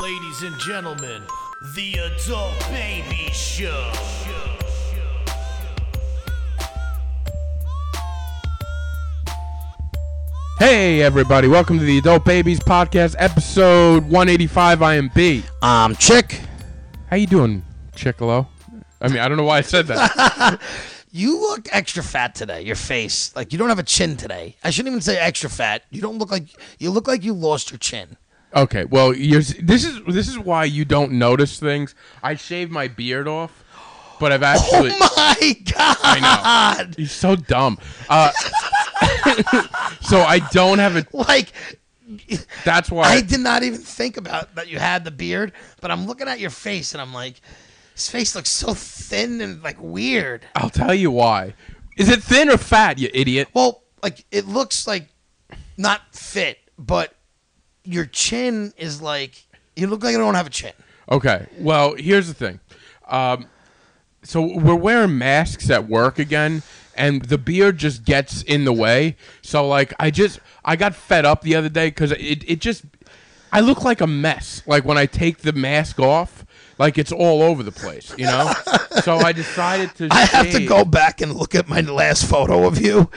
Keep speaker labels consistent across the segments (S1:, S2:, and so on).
S1: Ladies and gentlemen, the Adult Baby Show.
S2: Hey everybody, welcome to the Adult Babies Podcast, episode 185. I am B.
S3: Um, chick,
S2: How you doing, Chickalo? I mean, I don't know why I said that.
S3: you look extra fat today. Your face, like you don't have a chin today. I shouldn't even say extra fat. You don't look like you look like you lost your chin.
S2: okay, well, yours this is this is why you don't notice things. I shaved my beard off, but I've actually
S3: Oh my god!
S2: He's so dumb. Uh, so I don't have a
S3: Like
S2: that's
S3: I
S2: why
S3: did not even think about that you had the beard, but I'm looking at your face and I'm like, his face looks so thin and like weird.
S2: I, will tell you why. Is it thin or fat, you idiot?
S3: Well, like it looks like not fit, but your chin is like you look like you don't have a chin.
S2: Okay. Well, here's the thing. Um, so we're wearing masks at work again, and the beard just gets in the way. So like, I just I got fed up the other day because it it just I look like a mess. Like when I take the mask off, like it's all over the place, you know. so I decided to.
S3: I have to
S2: shave.
S3: go back and look at my last photo of you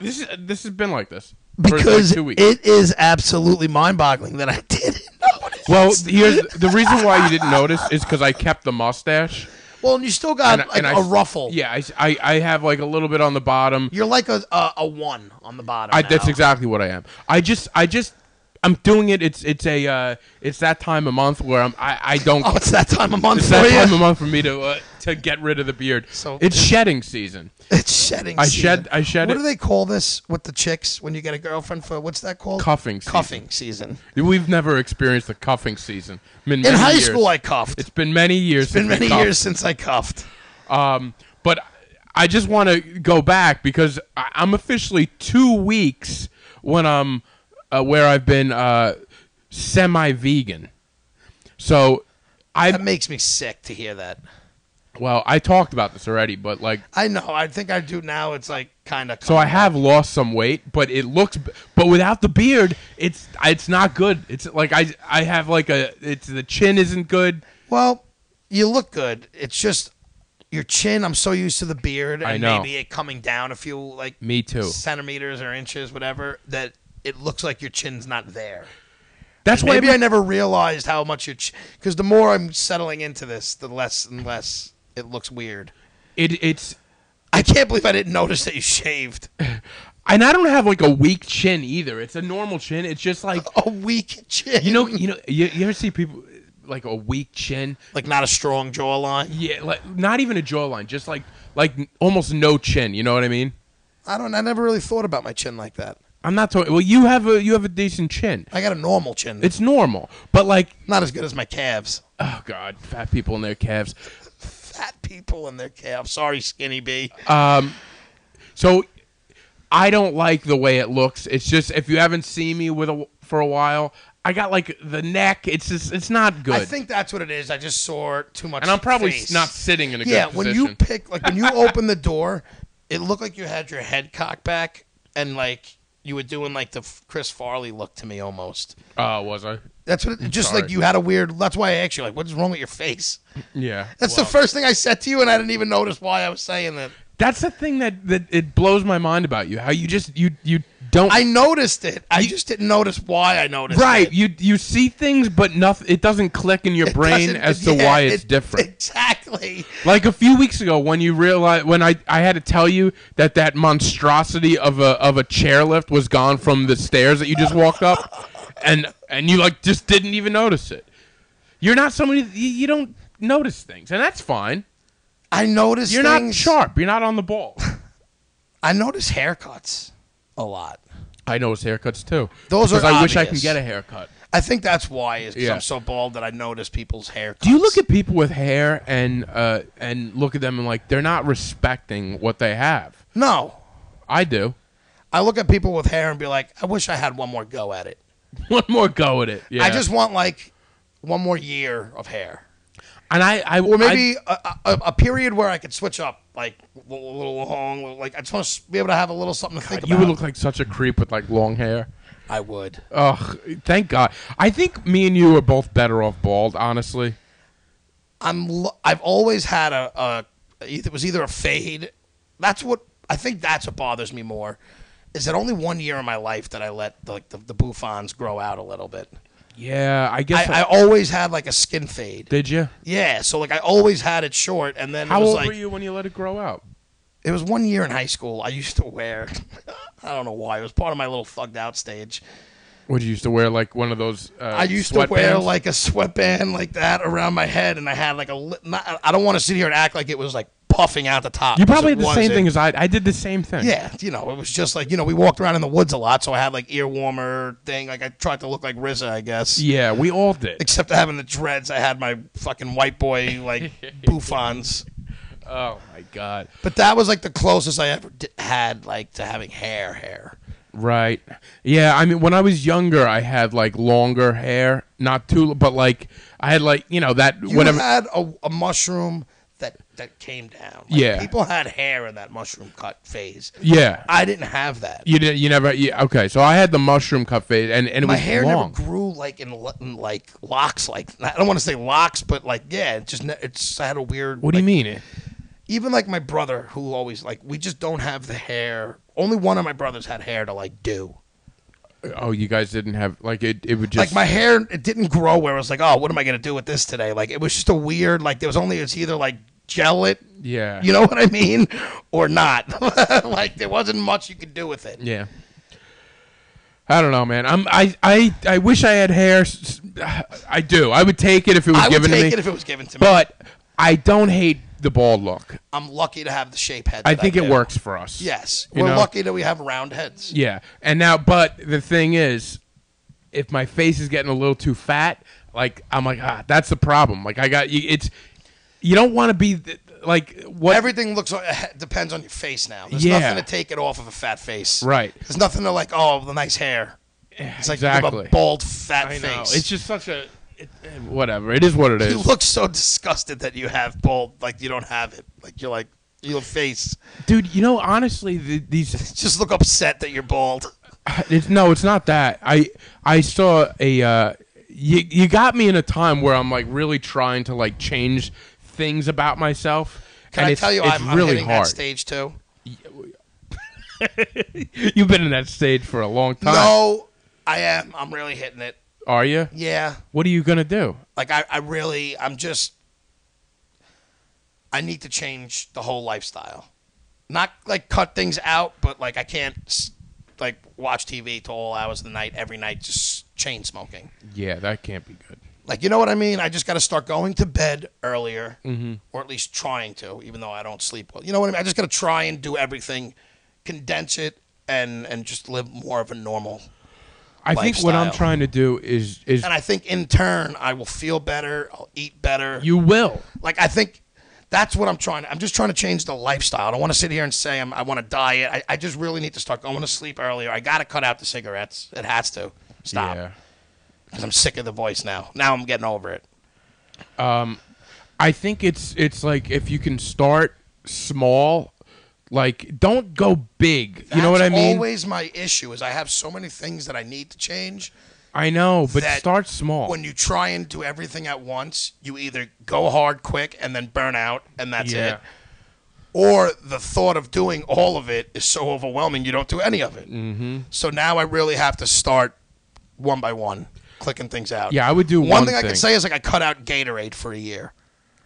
S2: This is this has been like this for, like,
S3: because
S2: two weeks.
S3: it is absolutely mind-boggling that I didn't notice.
S2: well, here's the reason why you didn't notice is because I kept the mustache.
S3: well, and you still got like,
S2: I-
S3: a ruffle.
S2: Yeah, I, I, I have like a little bit on the bottom.
S3: you're like a, a a one on the bottom.
S2: I,
S3: now.
S2: that's exactly what I am. I just, I just, I'm doing it. It's, it's a, uh, it's that time of month where I'm, I, I don't.
S3: Oh, it's that time of month
S2: it's
S3: for
S2: that
S3: you.
S2: time of month for me to, uh, to get rid of the beard.
S3: So-
S2: it's shedding season.
S3: it's shedding.
S2: I
S3: season.
S2: shed- I shed
S3: What
S2: it-
S3: do they call this with the chicks when you get a girlfriend for? What's that called?
S2: Cuffing season.
S3: Cuffing season.
S2: We've never experienced the cuffing season. I mean,
S3: In
S2: many
S3: high
S2: years.
S3: school, I cuffed.
S2: it's been many years.
S3: It's been
S2: since we
S3: many
S2: cuffed.
S3: years since I cuffed.
S2: Um, but I just want to go back because I- I'm officially two weeks when I'm uh, where I've been uh, semi-vegan. So
S3: That
S2: I
S3: makes me sick to hear that.
S2: well I talked about this already, but like
S3: I know. I think I do now. It's like kind of.
S2: so I have lost some weight, but it looks but without the beard, it's it's not good. It's like I I have like a it's the chin isn't good.
S3: Well, you look good. It's just your chin. I'm so used to the beard and
S2: I know.
S3: maybe it coming down a few like
S2: Me too.
S3: centimeters or inches, whatever. That it looks like your chin's not there.
S2: That's why
S3: maybe I never realized how much your because the more I'm settling into this, the less and less it looks weird.
S2: it it's
S3: I can't believe I didn't notice that you shaved
S2: and I don't have like a weak chin either. It's a normal chin. It's just like
S3: a weak chin.
S2: You know, you know, you, you ever see people like a weak chin?
S3: like not a strong jawline.
S2: Yeah, like not even a jawline, just like like almost no chin. You know what I mean?
S3: I don't. I never really thought about my chin like that.
S2: I'm not talking. Well, you have a you have a decent chin.
S3: I got a normal chin.
S2: It's normal, but like,
S3: not as good as my calves.
S2: oh god, fat people and their calves.
S3: fat people in their calves. Sorry, skinny B.
S2: So I don't like the way it looks. It's just if you haven't seen me with a for a while, I got like the neck. It's just it's not good.
S3: I think that's what it is. I just saw too much.
S2: and I'm probably
S3: face.
S2: not sitting in a
S3: Yeah,
S2: good
S3: when
S2: position.
S3: you pick, like when you open the door, it looked like you had your head cocked back, and like you were doing like the f- Chris Farley look to me almost.
S2: oh, was I?
S3: That's what. It, just
S2: sorry.
S3: like you had a weird. That's why I asked you, like, what is wrong with your face?
S2: Yeah.
S3: That's the first thing I said to you, and I didn't even notice why I was saying that.
S2: That's the thing that, that it blows my mind about you. How you just you you don't
S3: I noticed it. I just didn't notice why I noticed.
S2: right
S3: it.
S2: you you see things but nothing it doesn't click in your
S3: It
S2: brain
S3: doesn't-
S2: as to
S3: yeah,
S2: why it's
S3: it-
S2: different.
S3: Exactly.
S2: like a few weeks ago when you realized when I I had to tell you that that monstrosity of a of a chairlift was gone from the stairs that you just walked up, and and you like just didn't even notice it. You're not somebody you, you don't notice things, and that's fine.
S3: I noticed.
S2: You're not
S3: things-
S2: sharp. You're not on the ball.
S3: I notice haircuts a lot.
S2: I notice haircuts too.
S3: Those are
S2: because I wish I can
S3: obvious.
S2: get a haircut.
S3: I think that's why is 'cause
S2: Yeah.
S3: I'm so bald that I notice people's haircuts.
S2: Do you look at people with hair and uh, and look at them and like they're not respecting what they have?
S3: No,
S2: I do.
S3: I look at people with hair and be like, I wish I had one more go at it.
S2: One more go at it. Yeah.
S3: I just want like one more year of hair,
S2: and I I
S3: or maybe a a, a a period where I could switch up, like a little, little long, little- like I just want to be able to have a little something to think
S2: you
S3: about.
S2: would look like such a creep with like long hair.
S3: I would.
S2: Ugh, thank God. I think me and you are both better off bald, honestly.
S3: I'm. Lo- I've always had a, a. It was either a fade. That's what I think. That's what bothers me more. Is that only one year in my life that I let the, like the, the bouffants grow out a little bit?
S2: Yeah, I guess.
S3: I, I always had like a skin fade.
S2: did you?
S3: Yeah, so like I always had it short, and then
S2: How
S3: it was
S2: old
S3: like
S2: were you when you let it grow out?
S3: it was one year in high school. I used to wear, I don't know why, it was part of my little thugged out stage.
S2: Would you used to wear like one of those? Uh,
S3: I used to wear
S2: sweatbands?
S3: like a sweatband like that around my head, and I had like a. Li- not, I don't want to sit here and act like it was like puffing out the top.
S2: You
S3: 'cause
S2: probably
S3: it
S2: had the same
S3: wasn't.
S2: thing as I. I did the same thing.
S3: Yeah, you know, it was just like you know we walked around in the woods a lot, so I had like ear warmer thing. Like I tried to look like RZA, I guess.
S2: Yeah, we all did.
S3: Except having the dreads, I had my fucking white boy like bouffants.
S2: Oh my god.
S3: But that was like the closest I ever d- had like to having hair, hair.
S2: Right. Yeah, I mean when I was younger I had like longer hair, not too but like I had like, you know, that
S3: You
S2: whatever
S3: had a, a mushroom that that came down. Like,
S2: Yeah.
S3: people had hair in that mushroom cut phase.
S2: Yeah.
S3: I didn't have that.
S2: You did, you never yeah, okay, so I had the mushroom cut fade and and it
S3: My
S2: was
S3: hair
S2: long.
S3: never grew like in, lo- in like locks. Like I don't want to say locks, but like yeah, it just ne- it's I had a weird.
S2: what do you mean? It?
S3: Even like my brother, who always like we just don't have the hair. Only one of my brothers had hair to like do.
S2: Oh, you guys didn't have like it it would just
S3: like my hair it didn't grow where it was like oh what am i gonna do with this today like it was just a weird like there was only it's either like gel it
S2: Yeah.
S3: you know what i mean or not like there wasn't much you could do with it
S2: Yeah. I don't know, man. I'm I I I wish I had hair. s- s- I do. I would take it if it was
S3: i would
S2: given
S3: take
S2: to
S3: it
S2: me.
S3: if it was given to me
S2: but I don't hate the bald look.
S3: i'm lucky to have the shape head
S2: I
S3: that
S2: think it
S3: do.
S2: works for us.
S3: yes
S2: You
S3: we're
S2: know?
S3: lucky that we have round heads
S2: Yeah. And now, but the thing is, if my face is getting a little too fat, like I'm like, ah, that's the problem. Like I got you. It's you don't want to be th- like what.
S3: Everything looks on- depends on your face now. There's
S2: Yeah.
S3: nothing to take it off of a fat face.
S2: Right.
S3: There's nothing to like. Oh, the nice hair. It's like you have
S2: exactly.
S3: a bald fat
S2: I
S3: face.
S2: know. It's just such a it, eh, whatever. It is what it
S3: You
S2: is,
S3: look so disgusted that you have bald, like you don't have it. Like you're like your face
S2: dude. You know, honestly, the, these
S3: just look upset that you're bald.
S2: it's no, it's not that. I I saw a uh, you you got me in a time where I'm like really trying to like change things about myself.
S3: Can
S2: and
S3: I
S2: it's,
S3: tell you,
S2: it's
S3: I'm, I'm
S2: really
S3: hitting
S2: hard.
S3: that stage too.
S2: You've been in that stage for a long time.
S3: No, I am. I'm really hitting it.
S2: Are you?
S3: Yeah,
S2: What are you gonna do?
S3: like I, I really, I'm just. I need to change the whole lifestyle, not like cut things out, but like I can't s- like watch TV till all hours of the night every night, just chain smoking.
S2: Yeah, that can't be good.
S3: like you know what I mean. I just got to start going to bed earlier, or at least trying to, even though I don't sleep well. You know what I mean. I just got to try and do everything, condense it, and and just live more of a normal.
S2: I think what I'm
S3: Lifestyle.
S2: trying to do is is
S3: And I think in turn I will feel better. I'll eat better.
S2: you will.
S3: like I think that's what I'm trying. I'm just trying to change the lifestyle. I don't want to sit here and say I'm, I want to diet. I, I just really need to start going to sleep earlier. I got to cut out the cigarettes. It has to stop
S2: Yeah.
S3: because I'm sick of the voice now. Now I'm getting over it.
S2: I think it's it's like if you can start small, like don't go big. you know what I
S3: That's
S2: mean?
S3: Always my issue is I have so many things that I need to change.
S2: I know, but
S3: that
S2: start small.
S3: When you try and do everything at once, you either go hard quick and then burn out, and that's
S2: Yeah.
S3: it. Or the thought of doing all of it is so overwhelming you don't do any of it. Mm-hmm. So now I really have to start one by one, clicking things out.
S2: Yeah, I would do
S3: one,
S2: one
S3: thing, I
S2: thing.
S3: could say is like I cut out Gatorade for a year,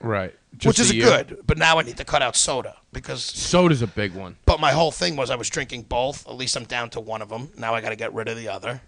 S2: right.
S3: which is
S2: a year.
S3: good. But now I need to cut out soda because
S2: Soda's a big one.
S3: But my whole thing was I was drinking both. At least I'm down to one of them. Now I got to get rid of the other.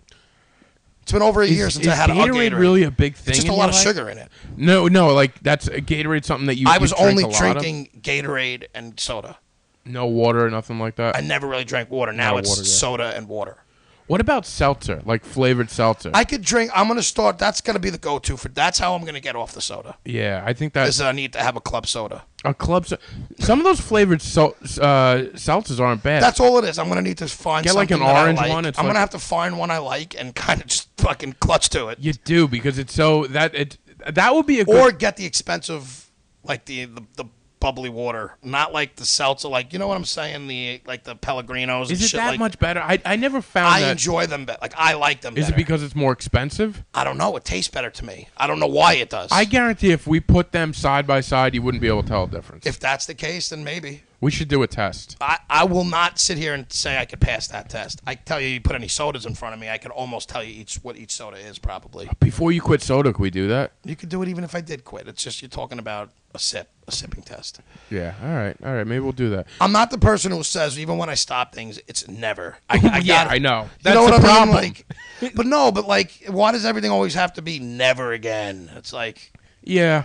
S3: It's been over a year
S2: is
S3: since I had a
S2: Gatorade,
S3: Gatorade.
S2: really a big thing?
S3: It's just
S2: in
S3: a lot
S2: your
S3: of
S2: life?
S3: sugar in it.
S2: No, no, like that's uh, Gatorade something that you.
S3: I
S2: you
S3: was
S2: drink
S3: only
S2: a lot of?
S3: drinking Gatorade and soda.
S2: no water or nothing like that.
S3: I never really drank water. Now
S2: Not
S3: it's
S2: water, yeah.
S3: soda and water.
S2: what about seltzer? Like flavored seltzer?
S3: I could drink. I'm gonna start. That's gonna be the go-to for. That's how I'm gonna get off the soda.
S2: yeah, I think that's
S3: Is I need to have a club soda.
S2: A club. se- Some of those flavored sel- uh, seltzers aren't bad.
S3: That's all it is. I'm gonna need to find
S2: Get, like,
S3: something
S2: an
S3: that I
S2: orange
S3: like.
S2: one. It's
S3: I'm
S2: like-
S3: gonna have to find one I like and kind of just fucking clutch to it.
S2: you do because it's so that it that would be a good.
S3: or get the expensive, like the the, the bubbly water, not like the seltzer. Like you know what I'm saying? The like the Pellegrinos. and
S2: Is it
S3: shit
S2: that
S3: like-
S2: much better? I, I never found
S3: I
S2: that.
S3: enjoy them. Be- like I like them.
S2: Is it
S3: better.
S2: because it's more expensive?
S3: I don't know? It tastes better to me. I don't know why it does.
S2: I guarantee if we put them side by side, you wouldn't be able to tell a difference.
S3: if that's the case, then maybe.
S2: we should do a test.
S3: I, I will not sit here and say I could pass that test. I tell you, you put any sodas in front of me, I could almost tell you each what each soda is probably.
S2: Before you quit soda, can we do that?
S3: You could do it even if I did quit. It's just you're talking about a sip, a sipping test.
S2: Yeah. All right. All right. Maybe we'll do that.
S3: I'm not the person who says even when I stop things, it's never. I, I
S2: Yeah,
S3: got
S2: I know.
S3: you know
S2: That's
S3: what
S2: the
S3: I mean?
S2: problem.
S3: Like, but no, but like, why does everything always have to be never again? It's like
S2: Yeah.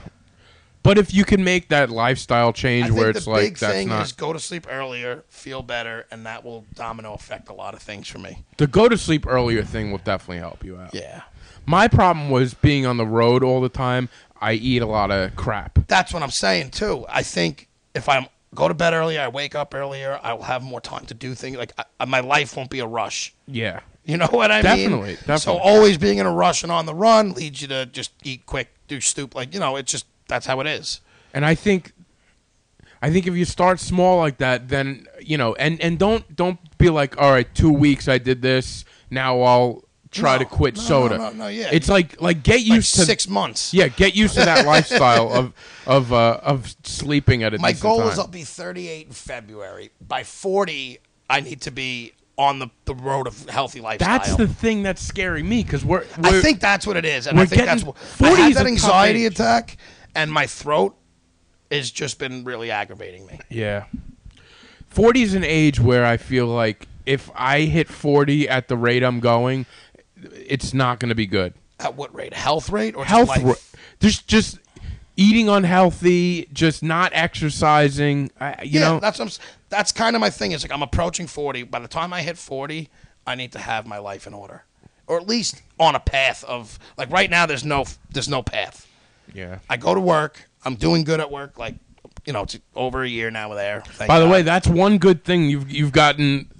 S2: But if you can make that lifestyle
S3: I
S2: change
S3: think
S2: where
S3: the
S2: it's like
S3: big
S2: that's
S3: thing
S2: not
S3: is go to sleep earlier, feel better, and that will domino effect a lot of things for me.
S2: the go to sleep earlier thing will definitely help you out.
S3: Yeah,
S2: My problem was being on the road all the time. I eat a lot of crap.
S3: that's what I'm saying too. I think if I'm go to bed earlier, I wake up earlier, I will have more time to do things. Like I, my life won't be a rush.
S2: Yeah.
S3: You know what I mean?
S2: Definitely,
S3: So
S2: definitely.
S3: always being in a rush and on the run leads you to just eat quick, do stoop. Like you know, it's just that's how it is.
S2: And I think I think if you start small like that, then you know, and and don't don't be like, all right, two weeks I did this, now I'll try to
S3: No,
S2: quit
S3: no, no,
S2: soda.
S3: no, no, yeah.
S2: It's like like get
S3: Like
S2: used to
S3: six months.
S2: Yeah, get used to that lifestyle of of uh, of sleeping at a
S3: My
S2: decent
S3: goal is
S2: time.
S3: I'll be 38 in February. By 40, I need to be on the, the road of healthy lifestyle.
S2: That's the thing that's scary me because we're, we're
S3: I think that's what it is, and
S2: we're
S3: I think that's
S2: getting-
S3: what
S2: 40
S3: I
S2: is
S3: had
S2: a
S3: that
S2: tough
S3: anxiety
S2: age.
S3: attack, and my throat has just been really aggravating me.
S2: yeah. Forty is an age where I feel like if I hit forty at the rate I'm going, it's not going to be good.
S3: At what rate? Health rate or just
S2: Health,
S3: life?
S2: ro- just just eating unhealthy, just not exercising. I, you
S3: yeah,
S2: know,
S3: that's what I'm, s- that's kind of my thing. Is like I'm approaching 40. By the time I hit 40, I need to have my life in order, or at least on a path of like right now. There's no there's no path.
S2: yeah.
S3: I go to work. I'm doing good at work. Like, you know, it's over a year now. There. thank
S2: By the
S3: God.
S2: way, that's one good thing you've you've gotten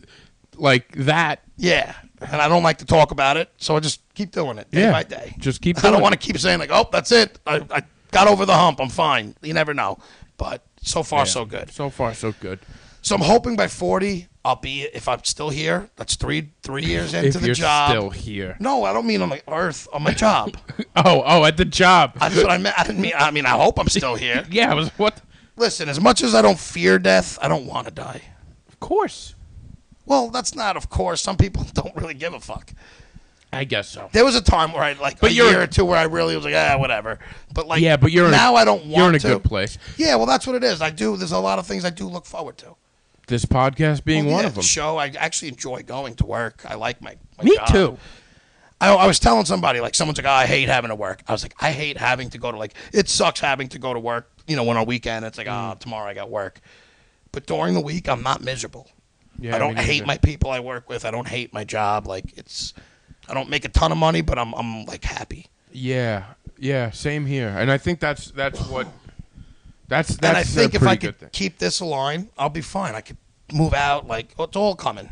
S2: like that.
S3: yeah. And I don't like to talk about it, so I just keep doing it day
S2: Yeah.
S3: by day.
S2: Just keep
S3: I
S2: doing
S3: don't
S2: it.
S3: want to keep saying like, "Oh, that's it. I, I got over the hump. I'm fine." You never know, but so far so good.
S2: So far, so good.
S3: So I'm hoping by 40, I'll be if I'm still here. That's three three years into
S2: If
S3: the
S2: you're
S3: job.
S2: still here,
S3: No, I don't mean on the earth on my job.
S2: oh oh, at the job.
S3: That's what I meant. I didn't mean. I mean, I hope I'm still here.
S2: yeah, I was what?
S3: Listen, as much as I don't fear death, I don't want to die.
S2: Of course,
S3: Well, that's not, of course. Some people don't really give a fuck.
S2: I guess so.
S3: There was a time where I like
S2: But
S3: a
S2: you're-
S3: year or two where I really was like, ah, whatever. But like,
S2: Yeah, but you're in a-
S3: now I don't want
S2: You're in a
S3: to.
S2: good place.
S3: Yeah, well, that's what it is. I do. There's a lot of things I do look forward to.
S2: This podcast being
S3: Well,
S2: one
S3: yeah,
S2: of them.
S3: Show I actually enjoy going to work. I like um, my, my
S2: Me
S3: job.
S2: too.
S3: I, I was telling somebody like someone's like, oh, I hate having to work. I was like, I hate having to go to like it sucks having to go to work. You know, when on weekend it's like, ah,
S2: Mm.
S3: tomorrow I got work. But during the week, I'm not miserable.
S2: Yeah,
S3: I don't
S2: me
S3: hate
S2: neither.
S3: my people I work with. I don't hate my job. Like it's, I don't make a ton of money, but I'm I'm like happy.
S2: Yeah, yeah. Same here, and I think that's that's what that's that's
S3: and I think
S2: a
S3: if
S2: pretty
S3: I
S2: good
S3: could
S2: thing.
S3: keep this aligned, I'll be fine. I could move out. Like oh, it's all coming.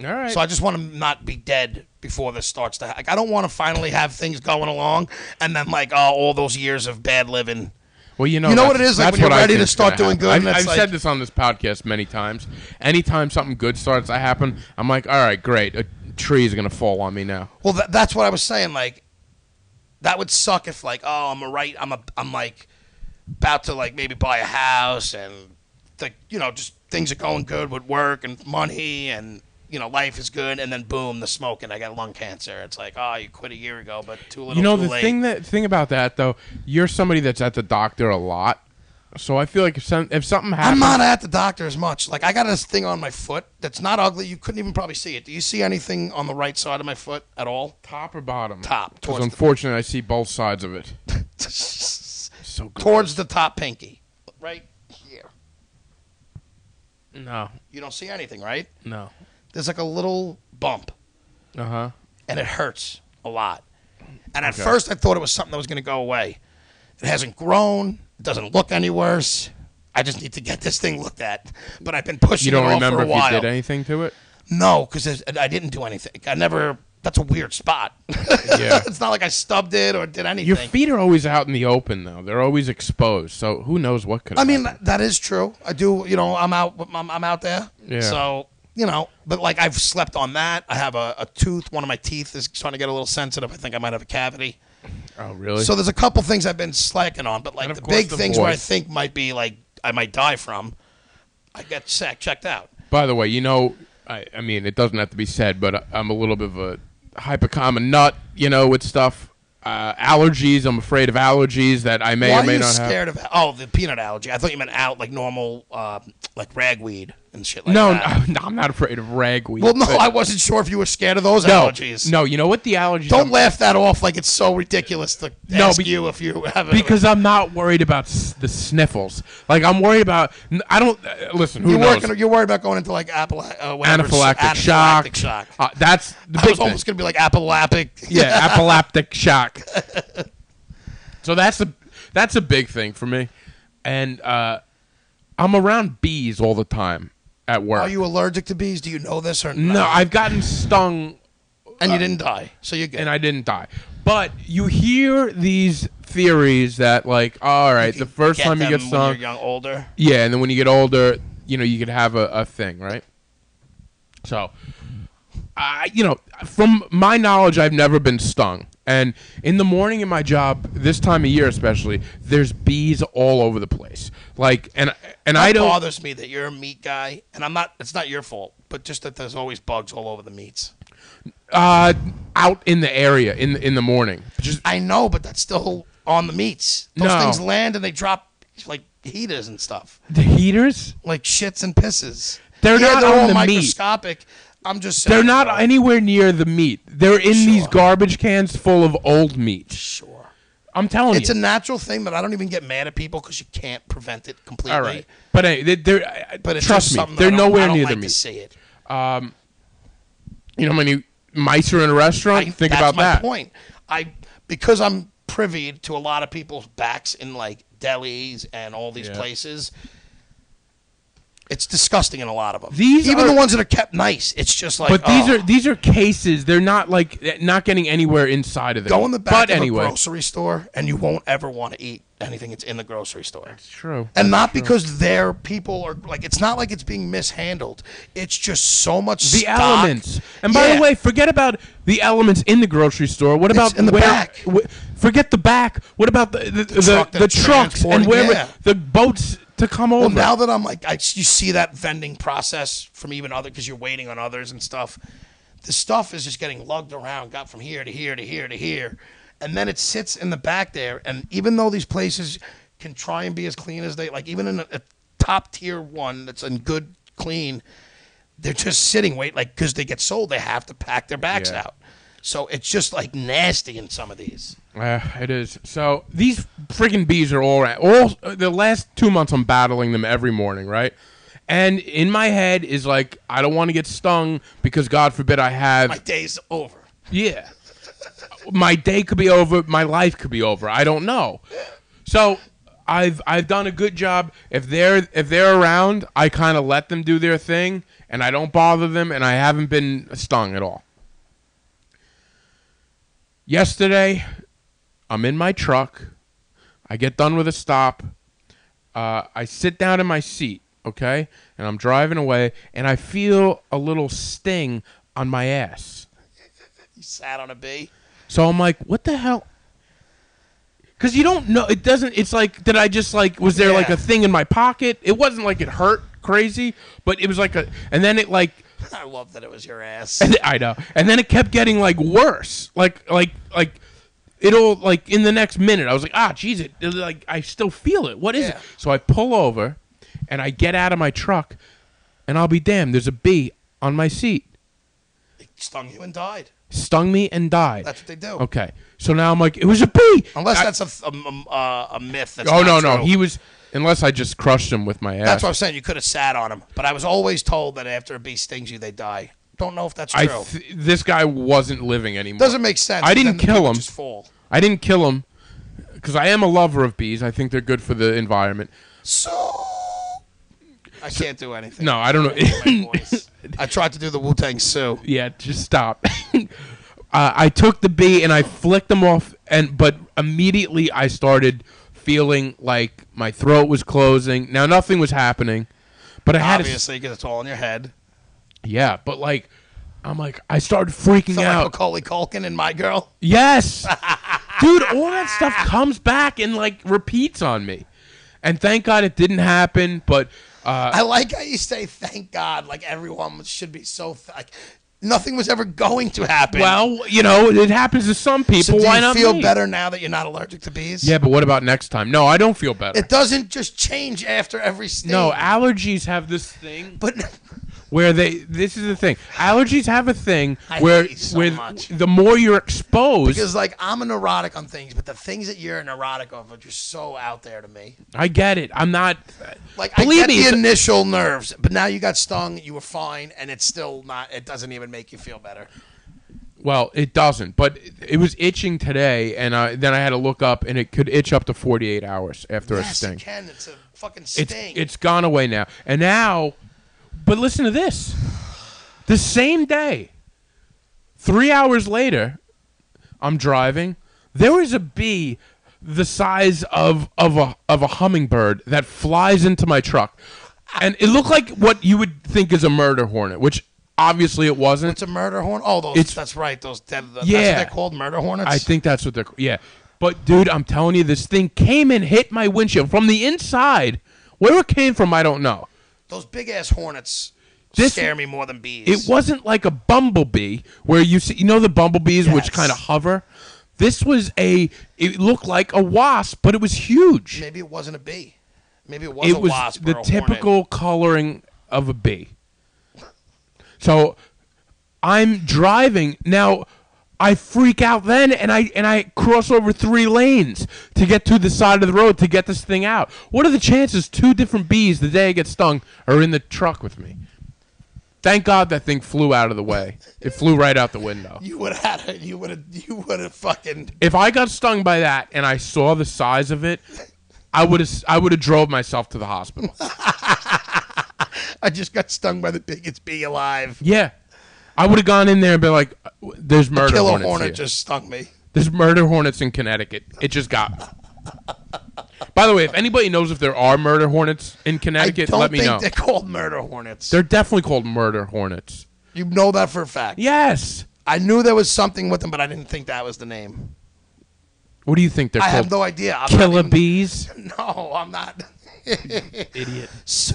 S2: All right.
S3: So I just want to not be dead before this starts to. Ha- like I don't want to finally have things going along and then like oh, all those years of bad living.
S2: well, you know,
S3: you know
S2: that's-
S3: what it is, like,
S2: that's
S3: when you're
S2: what I
S3: ready to
S2: think's
S3: start
S2: gonna
S3: doing good,
S2: happen.
S3: and
S2: I've,
S3: it's
S2: I've said
S3: like-
S2: this on this podcast many times. Anytime something good starts to happen, I'm like, all right, great. A tree is gonna fall on me now.
S3: Well, tha that's what I was saying. Like, that would suck if, like, oh, I'm a right, I'm a, I'm like, about to like maybe buy a house and, like, you know, just things are going good with work and money and you know life is good, and then boom, the smoking. I got lung cancer. It's like, oh, you quit a year ago, but too little,
S2: You know
S3: too
S2: the
S3: late.
S2: thing that thing about that though, you're somebody that's at the doctor a lot, so I feel like if some, if something happens,
S3: I'm not at the doctor as much. Like, I got this thing on my foot that's not ugly. You couldn't even probably see it. Do you see anything on the right side of my foot at all?
S2: top or bottom.
S3: Top,
S2: Because
S3: towards the
S2: unfortunately, I see both sides of it. So good.
S3: towards the top pinky, right here.
S2: No,
S3: You don't see anything, right?
S2: no.
S3: there's like a little bump
S2: Uh huh.
S3: and it hurts a lot. And at
S2: Okay.
S3: first I thought it was something that was going to go away. It hasn't grown, it doesn't look any worse. I just need to get this thing looked at. But I've been pushing
S2: You don't
S3: it off
S2: remember
S3: for a
S2: if
S3: while.
S2: you did anything to it?
S3: No, because I didn't do anything. I never that's a weird spot.
S2: Yeah.
S3: it's not like I stubbed it or did anything.
S2: Your feet are always out in the open, though. They're always exposed. So who knows what could.
S3: I mean, that, that is true. I do, you know, I'm out, I'm, I'm out there.
S2: Yeah.
S3: So, you know, but like I've slept on that. I have a, a tooth. One of my teeth is starting to get a little sensitive. I think I might have a cavity.
S2: oh really?
S3: So there's a couple things I've been slacking on, but
S2: And
S3: like
S2: of
S3: the
S2: course
S3: big
S2: the
S3: things where I
S2: voice.
S3: think might be like I might die from, I got sack checked out.
S2: By the way, you know, I, I mean, it doesn't have to be said, but I- I'm a little bit of a hypercommon nut, you know, with stuff. Uh, allergies. I'm afraid of allergies that I may
S3: Why
S2: or may
S3: are you
S2: not have.
S3: scared of? Oh, the peanut allergy. I thought you meant out like normal, uh, like ragweed and shit like
S2: No,
S3: that.
S2: no, no, I'm not afraid of ragweed.
S3: Well, no,
S2: but-
S3: I wasn't sure if you were scared of those
S2: no,
S3: allergies.
S2: no. You know what the allergies?
S3: Don't
S2: I'm-
S3: laugh that off like it's so ridiculous to
S2: No,
S3: ask
S2: be-
S3: you if you have a-
S2: because I'm not worried about s- the sniffles. Like I'm worried about. n- I don't uh, listen. Who
S3: you're,
S2: knows?
S3: working, you're worried about going into like apple, uh, whatever,
S2: anaphylactic, shock.
S3: anaphylactic shock.
S2: Uh, that's the
S3: I
S2: big
S3: was
S2: thing.
S3: almost going to be like apalaptic.
S2: yeah, apoplectic shock. So that's a that's a big thing for me, and uh, I'm around bees all the time at work.
S3: Are you allergic to bees? Do you know this or
S2: no, I've gotten stung
S3: and you didn't die, so you're good.
S2: and I didn't die. But you hear these theories that like, all right, the first time you
S3: them
S2: get
S3: when
S2: stung,
S3: you're young, older.
S2: Yeah, and then when you get older, you know, you could have a, a thing, right? So, I, you know, from my knowledge, I've never been stung. And in the morning in my job, this time of year especially, there's bees all over the place. Like, and and I
S3: It
S2: don't.
S3: bothers me that you're a meat guy, and I'm not. It's not your fault, but just that there's always bugs all over the meats.
S2: uh, out in the area in the, in the morning. Just
S3: I know, but that's still on the meats. Those
S2: No.
S3: things land and they drop like heaters and stuff,
S2: the heaters.
S3: like shits and pisses.
S2: They're
S3: yeah,
S2: not
S3: they're
S2: on
S3: all
S2: the meat.
S3: microscopic. I'm just saying.
S2: They're not
S3: bro.
S2: anywhere near the meat. They're in these
S3: Sure.
S2: garbage cans full of old meat.
S3: Sure.
S2: I'm telling
S3: It's
S2: you.
S3: a natural thing, but I don't even get mad at people because you can't prevent it completely.
S2: all right, but hey, they- they're,
S3: But it's
S2: trust
S3: just
S2: me,
S3: something that
S2: they're
S3: I don't- I
S2: nowhere
S3: don't
S2: near
S3: like
S2: the
S3: To
S2: meat.
S3: see it.
S2: you know how many mice are in a restaurant?
S3: I-
S2: Think
S3: that's
S2: about
S3: my
S2: that.
S3: point. I because I'm privy to a lot of people's backs in like delis and all these
S2: Yeah.
S3: places. It's disgusting in a lot of them.
S2: These
S3: even
S2: are-
S3: the ones that are kept nice. It's just like,
S2: But these
S3: oh,
S2: are these are cases. They're not like not getting anywhere inside of them.
S3: go in the back
S2: But
S3: of
S2: anyway,
S3: a grocery store, and you won't ever want to eat anything that's in the grocery store.
S2: it's true.
S3: And not because their people are like it's not like it's being mishandled. It's just so much
S2: The
S3: stock.
S2: elements. And by
S3: Yeah.
S2: the way, forget about the elements in the grocery store. What about
S3: in the
S2: where,
S3: back.
S2: wh- forget the back. What about the the, the,
S3: truck
S2: the
S3: that's
S2: trucks and
S3: transporting-
S2: where
S3: yeah.
S2: the boats to come
S3: Well,
S2: over?
S3: now that I'm like, I, you see that vending process from even other because you're waiting on others and stuff. The stuff is just getting lugged around, got from here to here to here to here, and then it sits in the back there. And even though these places can try and be as clean as they like, even in a, a top tier one that's in good clean, they're just sitting wait like because they get sold, they have to pack their bags
S2: Yeah.
S3: out. So it's just like nasty in some of these.
S2: Uh, it is. So these friggin' bees are all right. All uh, the last two months, I'm battling them every morning, right? And in my head is like, I don't want to get stung because God forbid I have.
S3: My day's over.
S2: yeah, my day could be over. My life could be over. I don't know. So I've I've done a good job. If they're if they're around, I kind of let them do their thing, and I don't bother them, and I haven't been stung at all. Yesterday, I'm in my truck. I get done with a stop. Uh, I sit down in my seat, okay, and I'm driving away, and I feel a little sting on my ass.
S3: You sat on a bee.
S2: So I'm like, what the hell? Because you don't know. It doesn't. It's like, did I just like? Was there like
S3: Yeah.
S2: a thing in my pocket? It wasn't like it hurt crazy, but it was like a. And then it like.
S3: I love that it was your ass.
S2: I know. And then it kept getting like worse. Like like like. It'll like in the next minute. I was like, ah, jeez, it it- like I still feel it. What is
S3: Yeah.
S2: it? So I pull over, and I get out of my truck, and I'll be damned. There's a bee on my seat.
S3: It stung you and died.
S2: Stung me and died.
S3: That's what they do.
S2: Okay. So now I'm like, it was a bee.
S3: Unless
S2: I-
S3: that's a th- a, um, uh, a myth. That's
S2: oh no
S3: not
S2: no
S3: true.
S2: he was unless I just crushed him with my ass.
S3: That's what I'm saying. You could have sat on him, but I was always told that after a bee stings you, they die. Don't know if that's true.
S2: I th- this guy wasn't living anymore.
S3: Doesn't make sense.
S2: I
S3: but
S2: didn't
S3: then the
S2: kill
S3: people
S2: him.
S3: Just fall.
S2: I didn't kill him because I am a lover of bees. I think they're good for the environment.
S3: So I can't do anything.
S2: No, I don't know.
S3: My voice. I tried to do the Wu Tang Sue.
S2: yeah, just stop. Uh, I took the B and I flicked them off, and but immediately I started feeling like my throat was closing. Now nothing was happening, but I had a s-
S3: Obviously, because it's all in your head.
S2: yeah. But like, I'm like I started freaking
S3: Felt like
S2: out.
S3: Macaulay Culkin and My Girl.
S2: Yes. Dude, all that stuff comes back and like repeats on me. And thank God it didn't happen, but uh,
S3: I like how you say thank God. Like everyone should be so th- like nothing was ever going to happen.
S2: well, you know, it happens to some people.
S3: so do
S2: Why
S3: you
S2: not
S3: feel
S2: me?
S3: better now that you're not allergic to bees?
S2: Yeah, but what about next time? No, I don't feel better.
S3: It doesn't just change after every sting.
S2: no, allergies have this thing
S3: but
S2: where they. This is the thing. Allergies have a thing
S3: I
S2: where
S3: hate you so
S2: where
S3: much.
S2: the more you're exposed,
S3: because like I'm a neurotic on things, but the things that you're a neurotic of are just so out there to me.
S2: I get it. I'm not.
S3: Like
S2: believe
S3: I get
S2: me,
S3: the
S2: it's-
S3: initial nerves, but now you got stung, you were fine, and it's still not. It doesn't even make you feel better.
S2: Well, it doesn't, but it- it was itching today, and I, then I had to look up, and it could itch up to 48 hours after a
S3: Yes,
S2: sting.
S3: you can. It's a fucking
S2: It's,
S3: sting.
S2: it's gone away now. And now, but listen to this. The same day, three hours later, I'm driving. There was a bee the size of, of, a, of a hummingbird that flies into my truck. And it looked like what you would think is a murder hornet, which obviously it wasn't.
S3: It's a murder horn. Oh, those.
S2: It's-
S3: that's right. Those. That, that's
S2: Yeah.
S3: what they're called murder hornets.
S2: I think that's what they're. Yeah, but dude, I'm telling you, this thing came and hit my windshield from the inside. Where it came from, I don't know.
S3: those big ass hornets
S2: This-
S3: scare me more than bees.
S2: It wasn't like a bumblebee where you see, you know, the bumblebees
S3: Yes.
S2: which kind of hover. This was a. It looked like a wasp, but it was huge.
S3: Maybe it wasn't a bee. Maybe it was
S2: it
S3: a
S2: was
S3: wasp.
S2: the
S3: or a
S2: typical
S3: hornet.
S2: coloring of a bee. So I'm driving now. I freak out then, and I and I cross over three lanes to get to the side of the road to get this thing out. What are the chances two different bees the day I get stung are in the truck with me? Thank God that thing flew out of the way. It flew right out the window.
S3: You would have had. A, you would have. You would have fucking.
S2: If I got stung by that and I saw the size of it, I would have I would have drove myself to the hospital.
S3: I just got stung by the biggest bee alive.
S2: Yeah. I would have gone in there and been like, "There's murder
S3: Killer
S2: hornets
S3: hornet
S2: here.
S3: just stung me.
S2: There's murder hornets in Connecticut. It just got." me." By the way, if anybody knows if there are murder hornets in
S3: I
S2: Connecticut,
S3: don't
S2: let me
S3: think
S2: know.
S3: they're called murder hornets.
S2: They're definitely called murder hornets.
S3: you know that for a fact.
S2: Yes.
S3: I knew there was something with them, but I didn't think that was the name.
S2: What do you think they're
S3: I
S2: called?
S3: have no idea. I'm not
S2: Killer
S3: even-
S2: bees.
S3: No, I'm not.
S2: Idiot.
S3: so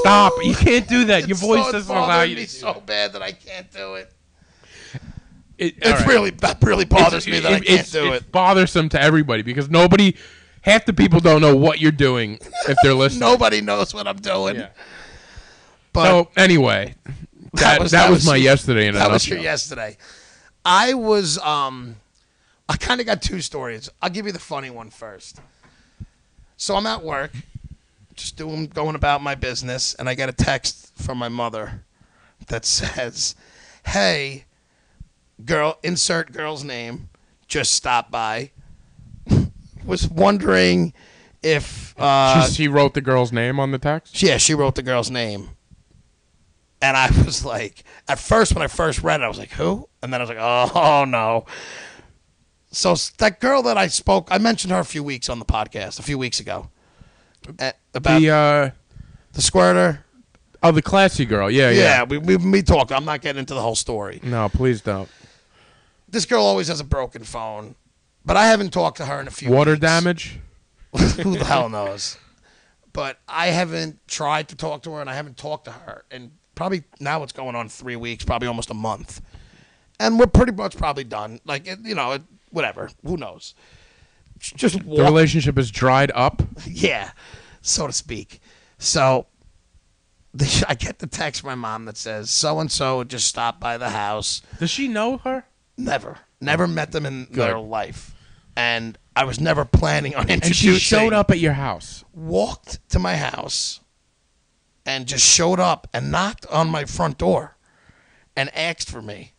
S2: Stop! You can't do that. Your
S3: It's
S2: voice
S3: so,
S2: doesn't allow you.
S3: me
S2: To do
S3: so bad that I can't do it.
S2: it, all
S3: It's
S2: right.
S3: really that really bothers me that I can't
S2: it's-
S3: do
S2: it's
S3: it.
S2: bothersome to everybody because nobody, half the people don't know what you're doing if they're listening.
S3: Nobody knows what I'm doing.
S2: Yeah.
S3: But
S2: So anyway, that that was,
S3: was- that was
S2: my
S3: your-
S2: yesterday in a
S3: that was your
S2: nutshell.
S3: yesterday. I was um I kind of got two stories. I'll give you the funny one first. So I'm at work, just doing going about my business, and I get a text from my mother that says, "Hey, girl, insert girl's name, just stop by." was wondering if uh,
S2: she, she wrote the girl's name on the text.
S3: yeah, she wrote the girl's name. And I was like, at first, when I first read it, I was like, who? And then I was like, oh, oh, no. So s- that girl that I spoke, I mentioned her a few weeks on the podcast, a few weeks ago, a- about
S2: The
S3: the,
S2: uh,
S3: squirter.
S2: oh, the classy girl. Yeah,
S3: Yeah,
S2: yeah.
S3: we, we, we talked. I'm not getting into the whole story.
S2: No, please don't.
S3: This girl always has a broken phone, but I haven't talked to her in a few
S2: Water
S3: weeks.
S2: damage.
S3: Who the hell knows? But I haven't tried to talk to her, and I haven't talked to her, and probably now it's going on three weeks, probably almost a month, and we're pretty much probably done. Like it, you know, it, whatever. Who knows? J- Just
S2: The
S3: walk,
S2: relationship is dried up.
S3: yeah, so to speak. So the, I get the text from my mom that says so and so just stopped by the house.
S2: Does she know her?
S3: Never, never met them in their
S2: Good.
S3: life, and I was never planning on introducing
S2: And she showed up at your house.
S3: walked to my house and just showed up and knocked on my front door and asked for me.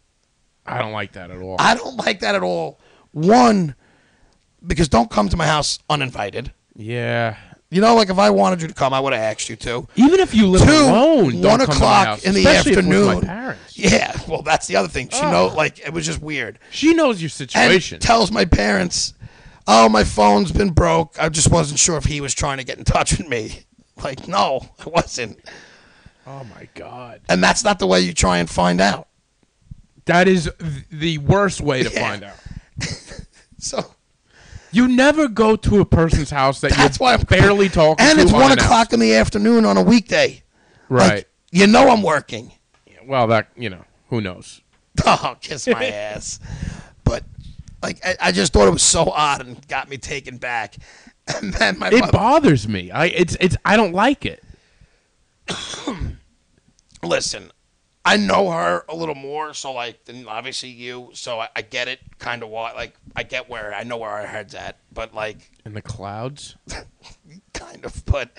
S2: I don't like that at all.
S3: I don't like that at all. One, because don't come to my house uninvited.
S2: yeah,
S3: You know, like if I wanted you to come, I would have asked you to.
S2: Even if you live
S3: Two,
S2: alone, don't come
S3: one
S2: to my
S3: o'clock
S2: house,
S3: in the
S2: especially if it was
S3: afternoon.
S2: my parents.
S3: Yeah, well, that's the other thing. She know, like it was just weird.
S2: She knows your
S3: and
S2: situation.
S3: tells my parents, "Oh, my phone's been broke. I just wasn't sure if he was trying to get in touch with me." Like, no, I wasn't.
S2: oh my god,
S3: And that's not the way you try and find out.
S2: that is th- the worst way to
S3: Yeah.
S2: find out.
S3: So
S2: You never go to a person's house that
S3: that's
S2: you're
S3: why I'm
S2: barely talking.
S3: And
S2: to
S3: it's one
S2: unannounced.
S3: o'clock in the afternoon on a weekday. Like,
S2: right?
S3: you know I'm working.
S2: well, that you know, who knows?
S3: Oh, kiss my ass. But like, I, I just thought it was so odd and got me taken back. And then my
S2: It
S3: mother,
S2: bothers me. I it's it's I don't like it.
S3: listen, I know her a little more, so like than obviously you, so I, I get it kind of why like I get where I know where our head's at, but like
S2: In the clouds.
S3: kind of, but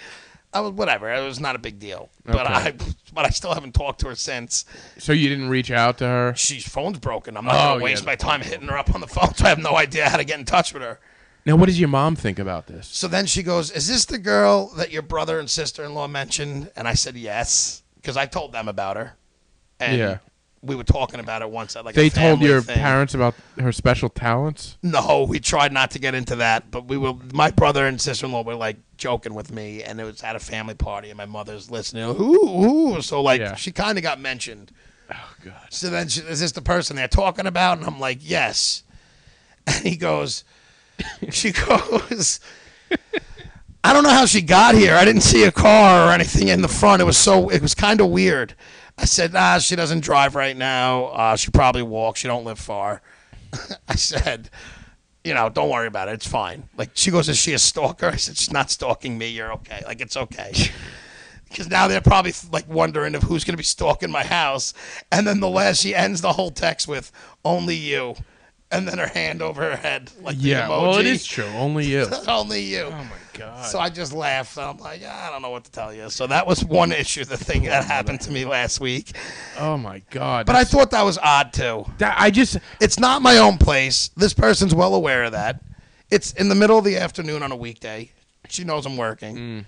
S3: I was whatever. It was not a big deal, but
S2: Okay.
S3: I but I still haven't talked to her since.
S2: So you didn't reach out to her.
S3: She's phone's broken. I'm not
S2: Oh,
S3: gonna
S2: yeah,
S3: waste
S2: the
S3: my time hitting her up on the phone, so I have no idea how to get in touch with her.
S2: Now, what does your mom think about this?
S3: So then she goes, "Is this the girl that your brother and sister-in-law mentioned?" And I said, "Yes," because I told them about her. And
S2: Yeah.
S3: We were talking about it once at like a
S2: They told
S3: family
S2: your
S3: thing.
S2: parents about her special talents.
S3: No, we tried not to get into that, but we were. My brother and sister in law were like joking with me, and it was at a family party, and my mother's listening. Ooh, ooh. so like
S2: Yeah.
S3: she kind of got mentioned.
S2: Oh God.
S3: So then, she, is this the person they're talking about? And I'm like, yes. And he goes, she goes, I don't know how she got here. I didn't see a car or anything in the front. It was so, it was kind of weird. I said, nah, she doesn't drive right now. Uh, she probably walks. She don't live far. I said, you know, don't worry about it. It's fine. Like she goes, is she a stalker? I said, she's not stalking me. You're okay. Like it's okay. because now they're probably like wondering if who's going to be stalking my house. And then the last she ends the whole text with "Only you," and then her hand over her head like the
S2: Yeah. Well, it
S3: emoji.
S2: is true. Oh Only you.
S3: Only you.
S2: God.
S3: So I just laughed. I'm like, I don't know what to tell you. So that was one issue, the thing that happened to me last week.
S2: Oh my God.
S3: But I thought that was odd too.
S2: That, I just.
S3: It's not my own place. This person's well aware of that. It's in the middle of the afternoon on a weekday. She knows I'm working.
S2: Mm.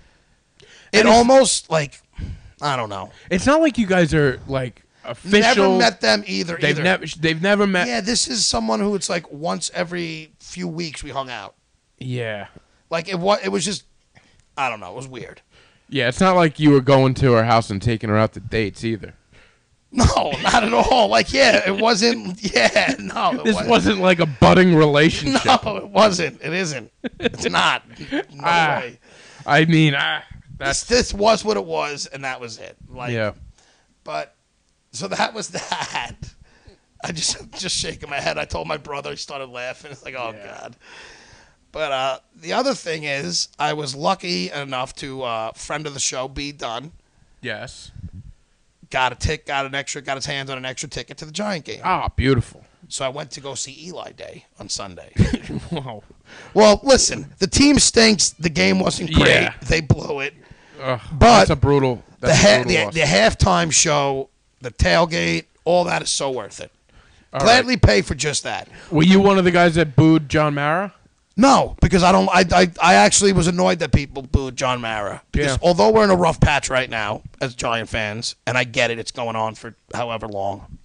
S3: It almost like I don't know.
S2: It's not like you guys are like official.
S3: Never met them either.
S2: they've
S3: either.
S2: never. They've never met.
S3: Yeah, this is someone who it's like once every few weeks we hung out.
S2: yeah.
S3: Like it was. It was just. I don't know. It was weird.
S2: Yeah, it's not like you were going to her house and taking her out to dates either.
S3: No, not at all. Like yeah, it wasn't. Yeah, no. It
S2: This
S3: wasn't.
S2: wasn't like a budding relationship.
S3: No, it wasn't. It isn't. It's not. No
S2: Ah,
S3: way.
S2: I mean, ah,
S3: This,
S2: that's
S3: this was what it was, and that was it. Like,
S2: yeah.
S3: But so that was that. I just just shaking my head. I told my brother. He started laughing. It's like, oh god. But uh, the other thing is, I was lucky enough to uh, friend of the show, B Dunn,
S2: Yes.
S3: got a tick, got an extra, got his hands on an extra ticket to the Giant game.
S2: Ah, beautiful.
S3: So I went to go see Eli Day on Sunday.
S2: Wow.
S3: well, listen, the team stinks. The game wasn't great.
S2: Yeah.
S3: They blew it.
S2: Ugh,
S3: But
S2: Ah, that's a brutal.
S3: the,
S2: That's a
S3: ha-
S2: brutal
S3: the,
S2: loss.
S3: the halftime show, the tailgate, all that is so worth it.
S2: All right.
S3: Gladly pay for just that.
S2: Were you one of the guys that booed John Mara?
S3: No, because I don't. I, I, I actually was annoyed that people booed John Mara. Because
S2: Yeah.
S3: although we're in a rough patch right now as Giant fans, and I get it, it's going on for however long.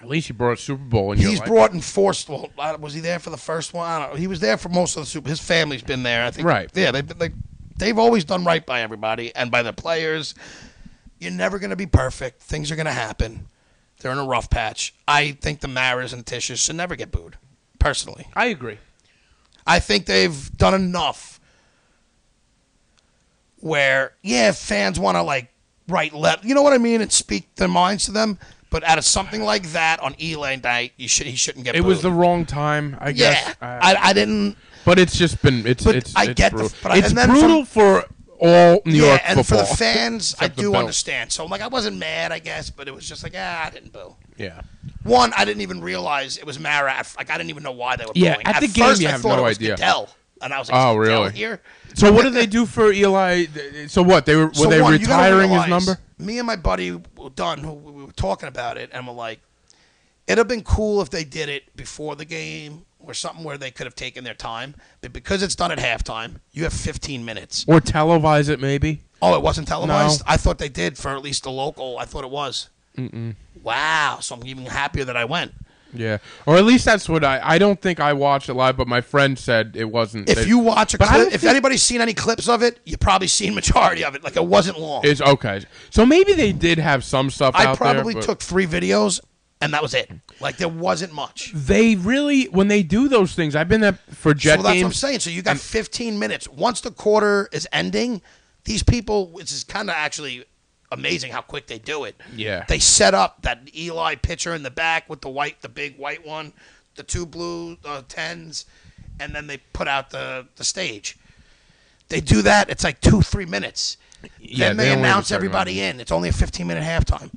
S2: At least you brought a Super Bowl in your
S3: He's
S2: life.
S3: brought in forced. Well, I- was he there for the first one? I don't know. He was there for most of the Super. His family's been there. I think.
S2: Right.
S3: Yeah. They, they they've always done right by everybody and by the players. You're never going to be perfect. Things are going to happen. They're in a rough patch. I think the Maras and Tishes should never get booed. Personally,
S2: I agree.
S3: I think they've done enough. Where yeah, if fans want to like write let you know what I mean and speak their minds to them. But out of something like that on Elaine Night, you should he shouldn't get.
S2: It was
S3: booed.
S2: the wrong time, I
S3: Yeah,
S2: guess. Uh,
S3: I, I didn't.
S2: but it's just been it's
S3: But
S2: it's
S3: I
S2: it's
S3: get the-
S2: brutal.
S3: but I-
S2: it's
S3: and then
S2: brutal for all New
S3: yeah,
S2: York
S3: and
S2: football.
S3: for the fans, I
S2: Except the
S3: do
S2: Bills.
S3: understand. So like, I wasn't mad, I guess, but it was just like, ah, I didn't boo.
S2: Yeah.
S3: One, I didn't even realize it was Mara. At, f- like, I didn't even know why they were.
S2: Yeah,
S3: booing.
S2: at the game,
S3: first,
S2: you
S3: I
S2: have
S3: thought
S2: no
S3: it was
S2: idea.
S3: Goodell, and I was like, is
S2: Oh,
S3: Goodell
S2: really?
S3: here?
S2: So what did they do for Eli? So what they were were
S3: So
S2: they
S3: one, you gotta
S2: retiring his
S3: realize,
S2: number?
S3: Me and my buddy Dunn, who we were talking about it, and we're like, it'd have been cool if they did it before the game or something where they could have taken their time. But because it's done at halftime, you have 15 minutes.
S2: Or televise it, maybe.
S3: Oh, it wasn't televised? I thought they did for at least the local. I thought it was. Mm-mm. Wow. So I'm even happier that I went.
S2: Yeah, or at least that's what I. I don't think I watched it live, but my friend said it wasn't.
S3: If
S2: It-
S3: you watch a
S2: But I
S3: clip,
S2: don't
S3: if
S2: think-
S3: anybody's seen any clips of it, you probably seen majority of it. Like it wasn't long.
S2: it's okay. So maybe they did have some stuff.
S3: I
S2: out there,
S3: probably
S2: but-
S3: took three videos, and that was it. Like there wasn't much.
S2: They really when they do those things. I've been there for
S3: So
S2: jet
S3: that's what I'm
S2: games.
S3: saying. So you got 15 minutes. Once the quarter is ending, these people, which is kind of actually amazing how quick they do it.
S2: Yeah.
S3: They set up that Eli pitcher in the back with the white, the big white one, the two blue uh, tens, and then they put out the the stage. They do that. It's like two, three minutes.
S2: Yeah,
S3: then
S2: they only
S3: they,
S2: have a
S3: announce
S2: certain
S3: everybody in. It's only a 15 minute halftime.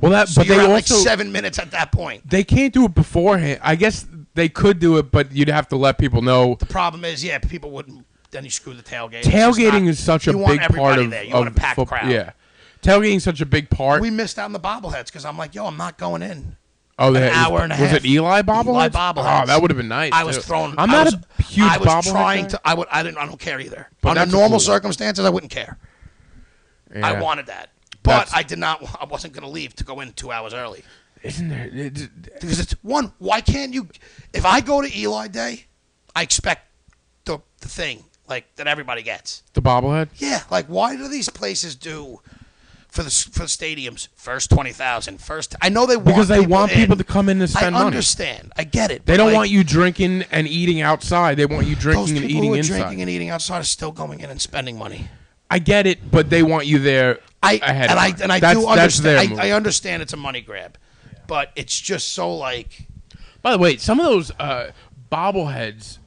S2: well, that
S3: So
S2: but
S3: you're
S2: they
S3: at
S2: also
S3: like seven minutes at that point.
S2: they can't do it beforehand. I guess they could do it, but you'd have to let people know.
S3: problem is, yeah, people wouldn't. Then you screw the tailgate. It's just
S2: Tailgating
S3: not-
S2: is such a
S3: you want
S2: big part
S3: everybody
S2: of
S3: there. You
S2: of
S3: want a packed
S2: foot-
S3: crowd.
S2: Yeah, tailgating is such a big part.
S3: we missed out on the bobbleheads because I'm like, yo, I'm not going in.
S2: oh,
S3: an
S2: that
S3: hour and a
S2: was
S3: half.
S2: it Eli bobblehead?
S3: Eli bobbleheads.
S2: Oh, that would have been nice.
S3: I was
S2: too.
S3: thrown.
S2: I'm
S3: I
S2: not
S3: was-
S2: a huge
S3: I was
S2: bobblehead
S3: trying
S2: guy.
S3: to. I would. I didn't. I don't care either.
S2: But
S3: Under
S2: that's a
S3: normal
S2: cool-
S3: circumstances, I wouldn't care. I
S2: Yeah.
S3: wanted that, but
S2: That's-
S3: I did not. I wasn't going to leave to go in two hours early
S2: Isn't there? it-
S3: because it's one. Why can't you? If I go to Eli Day, I expect the the thing like that everybody gets.
S2: the bobblehead?
S3: Yeah, like why do these places do for the for the stadiums first twenty thousand first? I know they want
S2: Because they
S3: people
S2: want
S3: in.
S2: people to come in and spend
S3: I
S2: money.
S3: understand. I get it.
S2: They don't want you drinking and eating outside. They want you drinking and eating
S3: who are
S2: inside.
S3: drinking and eating outside are still going in and spending money.
S2: I get it, but they want you there
S3: I
S2: ahead of
S3: and I
S2: time.
S3: and I
S2: that's,
S3: do
S2: that's their
S3: understand.
S2: move.
S3: I, I understand it's a money grab, but it's just so like
S2: By the way, some of those uh, bobbleheads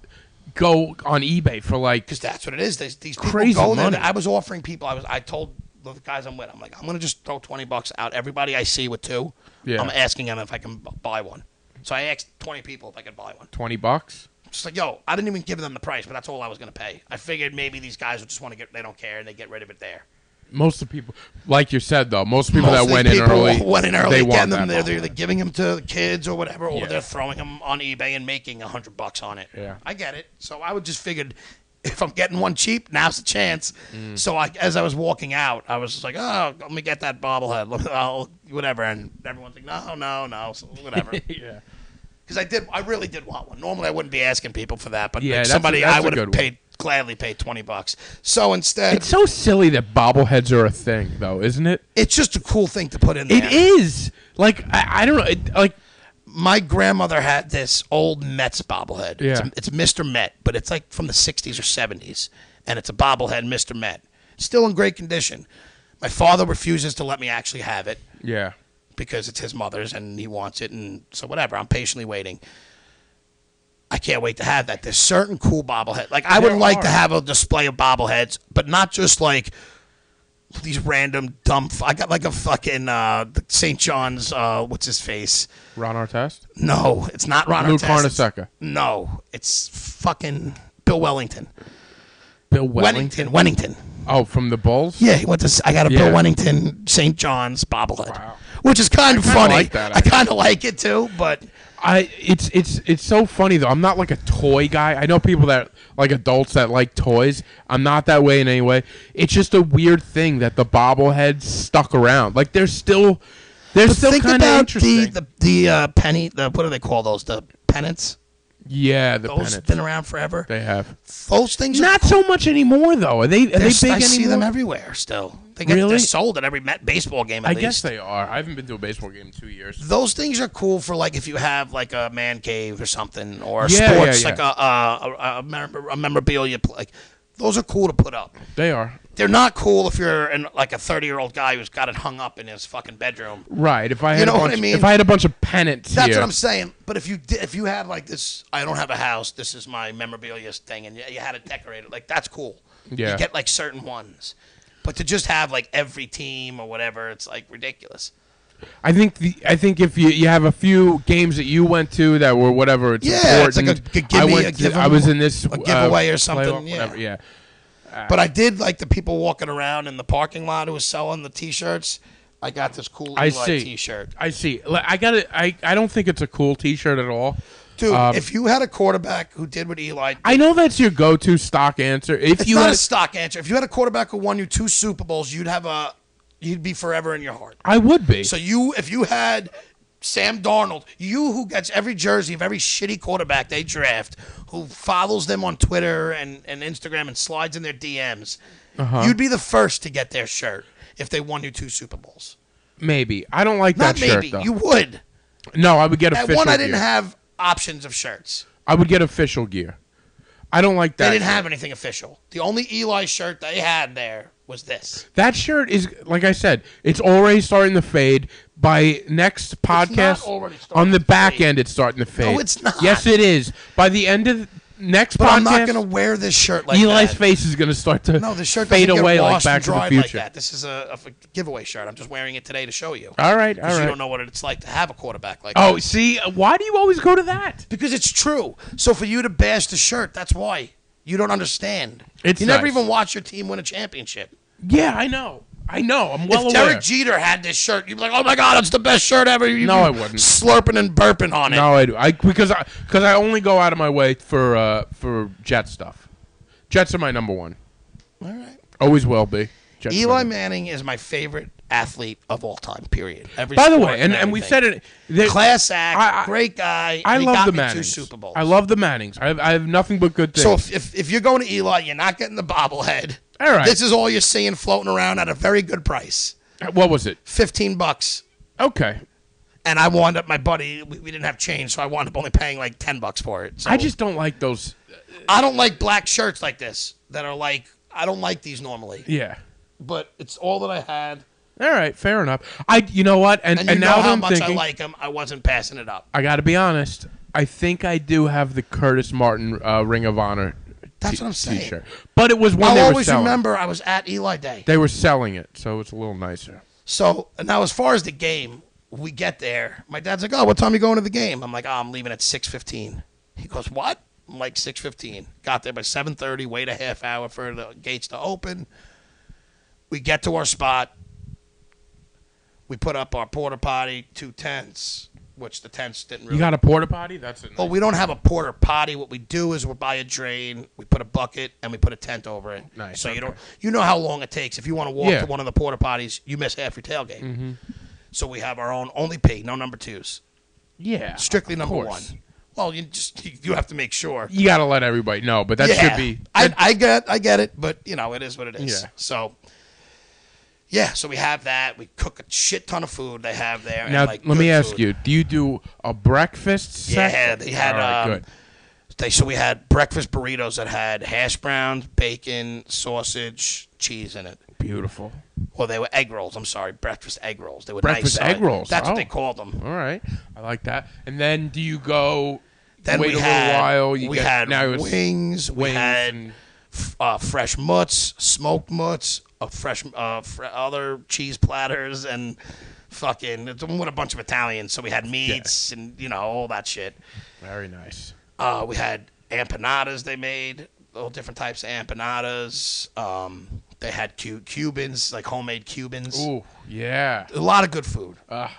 S2: go on eBay for like
S3: because that's what it is. These, these people
S2: Crazy
S3: go there.
S2: money.
S3: I was offering people. I was. I told the guys I'm with. I'm like, I'm gonna just throw twenty bucks out. Everybody I see with two,
S2: Yeah.
S3: I'm asking them if I can b- buy one. So I asked twenty people if I could buy one.
S2: twenty bucks.
S3: Just like, yo, I didn't even give them the price, but that's all I was gonna pay. I figured maybe these guys would just want to get. They don't care and they get rid of it there.
S2: Most of the people, like you said though, most people
S3: Most
S2: that
S3: of the
S2: went in
S3: people
S2: early,
S3: who went in early.
S2: they
S3: getting
S2: want that
S3: them. They're,
S2: bobblehead.
S3: they're either giving them to the kids or whatever, or
S2: Yeah.
S3: they're throwing them on eBay and making a hundred bucks on it.
S2: Yeah.
S3: I get it. So I would just figured if I'm getting one cheap, now's the chance.
S2: Mm.
S3: So I, as I was walking out, I was just like, oh, let me get that bobblehead, Let me- I'll, whatever. And everyone's like, no, no, no, so whatever.
S2: Yeah.
S3: Because I did, I really did want one. Normally, I wouldn't be asking people for that, but
S2: Yeah,
S3: like,
S2: that's a-
S3: somebody
S2: that's
S3: I
S2: a
S3: would
S2: good
S3: have
S2: one.
S3: paid gladly paid twenty bucks. So instead,
S2: It's
S3: it's,
S2: so silly that bobbleheads are a thing, though, isn't it?
S3: just a cool thing to put in there.
S2: It is. Like I, I don't know. It, like
S3: my grandmother had this old Mets bobblehead.
S2: Yeah.
S3: It's, it's Mr. Met, but it's like from the 60s or 70s. And it's a bobblehead Mr. Met. Still in great condition. My father refuses to let me actually have it
S2: yeah,
S3: because it's his mother's and he wants it. And so, whatever, I'm patiently waiting. I can't wait to have that. There's certain cool bobblehead. Like, I would
S2: There
S3: like
S2: are.
S3: to have a display of bobbleheads, but not just like these random dumb. F- I got like a fucking uh, St. John's, uh, what's his face?
S2: Ron Artest.
S3: No, it's not Ron
S2: Lou
S3: Artest. It's-
S2: Carnesecca.
S3: No, it's fucking Bill Wellington.
S2: Bill Wellington.
S3: Wellington. Wellington.
S2: Oh, from the Bulls.
S3: Yeah, he went to. I got a
S2: Yeah.
S3: Bill Wellington St. John's bobblehead,
S2: Wow.
S3: which is kind of
S2: kinda
S3: funny.
S2: like that,
S3: I
S2: actually.
S3: kind of like it too, but
S2: I it's it's it's so funny though. I'm not like a toy guy. I know people that like adults that like toys. I'm not that way in any way. It's just a weird thing that the bobbleheads stuck around. Like they're still they're
S3: but
S2: still
S3: think
S2: kind of
S3: about
S2: interesting.
S3: the the the uh, penny. The what do they call those? The pennants.
S2: yeah, the
S3: Those
S2: pennants
S3: been around forever.
S2: they have.
S3: Those things
S2: Not
S3: are
S2: so much anymore though. Are they are
S3: they're-
S2: they big
S3: I
S2: anymore?
S3: see them everywhere still. They get,
S2: Really?
S3: They're sold at every Met baseball game. At
S2: I
S3: least.
S2: guess they are. I haven't been to a baseball game in two years.
S3: those things are cool for like if you have like a man cave or something or
S2: Yeah,
S3: sports
S2: yeah,
S3: like a a, a, a, memor- a memorabilia pl- like those are cool to put up.
S2: They are.
S3: They're not cool if you're an, like a 30 year old guy who's got it hung up in his fucking bedroom.
S2: Right. If I had
S3: know
S2: a
S3: what
S2: bunch,
S3: I mean?
S2: if I had a bunch of pennants
S3: That's
S2: here,
S3: what I'm saying. But if you did, if you had like this, I don't have a house. This is my memorabilia thing, and you, you had it decorated. Like that's cool.
S2: Yeah.
S3: You get like certain ones, but to just have like every team or whatever, it's like ridiculous.
S2: I think the I think if you you have a few games that you went to that were whatever it's
S3: Yeah, it's like
S2: important.
S3: a- g- give
S2: I
S3: me
S2: went
S3: a
S2: to-
S3: give 'em
S2: I was in this uh,
S3: a giveaway or something,
S2: playoff,
S3: yeah.
S2: whatever, yeah.
S3: But I did like the people walking around in the parking lot who was selling the T-shirts. I got this cool
S2: I
S3: Eli
S2: see.
S3: T-shirt.
S2: I see. Like, I got it. I I don't think it's a cool T-shirt at all.
S3: Dude,
S2: Um,
S3: if you had a quarterback who did what Eli, did,
S2: I know that's your go-to stock answer. If
S3: it's
S2: you
S3: not
S2: had,
S3: a stock answer. If you had a quarterback who won you two Super Bowls, you'd have a, you'd be forever in your heart.
S2: I would be.
S3: So you, if you had Sam Darnold, you who gets every jersey of every shitty quarterback they draft, who follows them on Twitter and, and Instagram and slides in their DMs,
S2: Uh-huh.
S3: you'd be the first to get their shirt if they won you two Super Bowls.
S2: maybe I don't like
S3: Not
S2: that
S3: maybe
S2: shirt though.
S3: you would.
S2: no, I would get
S3: At
S2: official.
S3: one, I
S2: gear.
S3: didn't have options of shirts.
S2: I would get official gear. I don't like
S3: They
S2: that.
S3: didn't have anything official. The only Eli shirt they had there was this.
S2: that shirt is like I said. It's already starting to fade. By next podcast,
S3: already starting
S2: on the
S3: to
S2: back
S3: fade.
S2: end, it's starting to fade.
S3: it's not.
S2: Yes, it is. By the end of the next
S3: But
S2: podcast,
S3: I'm not going to wear this shirt like
S2: Eli's
S3: that.
S2: face is going to start to
S3: No, the shirt
S2: fade
S3: doesn't
S2: away
S3: get
S2: like
S3: washed
S2: Back
S3: and
S2: to the
S3: dried like
S2: Future.
S3: that. This is a, a f- giveaway shirt. I'm just wearing it today to show you.
S2: All right, all
S3: Because you
S2: right.
S3: don't know what it's like to have a quarterback like that.
S2: Oh, see, why do you always go to that?
S3: Because it's true. So for you to bash the shirt, that's why. You don't understand.
S2: It's
S3: you never
S2: nice.
S3: even watched your team win a championship.
S2: Yeah, I know. I know. I'm well
S3: if
S2: aware.
S3: Derek Jeter had this shirt, you'd be like, oh my God, it's the best shirt ever. You'd
S2: No,
S3: be
S2: I wouldn't.
S3: Slurping and burping on it.
S2: no, I do. I because I because I only go out of my way for uh for Jet stuff. Jets are my number one.
S3: All right.
S2: Always will be. Jets are my
S3: Eli
S2: number-
S3: Manning is my favorite athlete of all time, period. Every
S2: By the
S3: sport
S2: way, and, and we
S3: everything.
S2: said it. they-
S3: Class act,
S2: I- I-
S3: great guy.
S2: I
S3: and he
S2: love
S3: got
S2: the
S3: me two
S2: Mannings.
S3: Super Bowls.
S2: I love the Mannings. I have, I have nothing but good things.
S3: So if, if, if you're going to Eli, you're not getting the bobblehead.
S2: All right.
S3: This is all you're seeing floating around at a very good price.
S2: Uh, what was it?
S3: Fifteen bucks.
S2: Okay,
S3: And I wound up my buddy we, we didn't have change, so I wound up only paying like ten bucks for it. So
S2: I just don't like those.
S3: I don't like black shirts like this that are like I don't like these normally.
S2: Yeah.
S3: But it's all that I had.
S2: All right, fair enough. I, you know what, and
S3: And
S2: and,
S3: you know
S2: now that
S3: how
S2: I'm
S3: much
S2: thinking,
S3: I like them. I wasn't passing it up.
S2: I got to be honest. I think I do have the Curtis Martin uh, Ring of Honor.
S3: That's
S2: t-
S3: what I'm saying.
S2: T-shirt. But it was when
S3: I'll
S2: they were
S3: always
S2: selling.
S3: remember I was at Eli Day.
S2: They were selling it, so it's a little nicer.
S3: So now, as far as the game, we get there. My dad's like, "Oh, what time you going to the game?" I'm like, "Oh, I'm leaving at 6.15. He goes, "What?" I'm like, "6.15." Got there by 7.30. Wait a half hour for the gates to open. We get to our spot. We put up our porta potty, two tents, which the tents didn't really.
S2: You got a porta potty? That's it.
S3: well, we don't have a porta potty. What we do is we buy a drain, we put a bucket, and we put a tent over it.
S2: Nice,
S3: So
S2: okay.
S3: you don't you know how long it takes. If you want to walk
S2: Yeah. Mm-hmm.
S3: to one of the porta potties, you miss half your tailgate. So we have our own only pig, no number twos,
S2: yeah,
S3: strictly
S2: of
S3: number one.
S2: course.
S3: Well, you just you have to make sure.
S2: You got to let everybody know, but that
S3: yeah,
S2: should be.
S3: I,
S2: that-
S3: I get I get it, but you know it is what it is.
S2: Yeah.
S3: So. Yeah, so we have that. We cook a shit ton of food they have there.
S2: now,
S3: and like
S2: let me
S3: good
S2: ask
S3: food.
S2: you: Do you do a breakfast
S3: Yeah,
S2: section?
S3: they had,
S2: All right,
S3: um,
S2: good.
S3: They so we had breakfast burritos that had hash browns, bacon, sausage, cheese in it.
S2: Beautiful.
S3: Well, they were egg rolls. I'm sorry, breakfast egg rolls. They were
S2: Breakfast
S3: nice,
S2: egg rolls,
S3: uh, That's
S2: oh.
S3: what they called them.
S2: All right, I like that. And then, do you go?
S3: Then
S2: wait
S3: we
S2: a little
S3: had,
S2: while. You
S3: we
S2: get,
S3: had
S2: now it's-
S3: wings. We
S2: wings
S3: had
S2: and-
S3: f- uh, fresh mutts, smoked mutts, uh, fresh uh, fr- other cheese platters, and fucking it's with a bunch of Italians. So we had meats and you know all that shit.
S2: Very nice.
S3: Uh, we had empanadas they made, all different types of empanadas. Um, they had cu- Cubans, like homemade Cubans.
S2: Ooh, yeah.
S3: A lot of good food.
S2: Uh,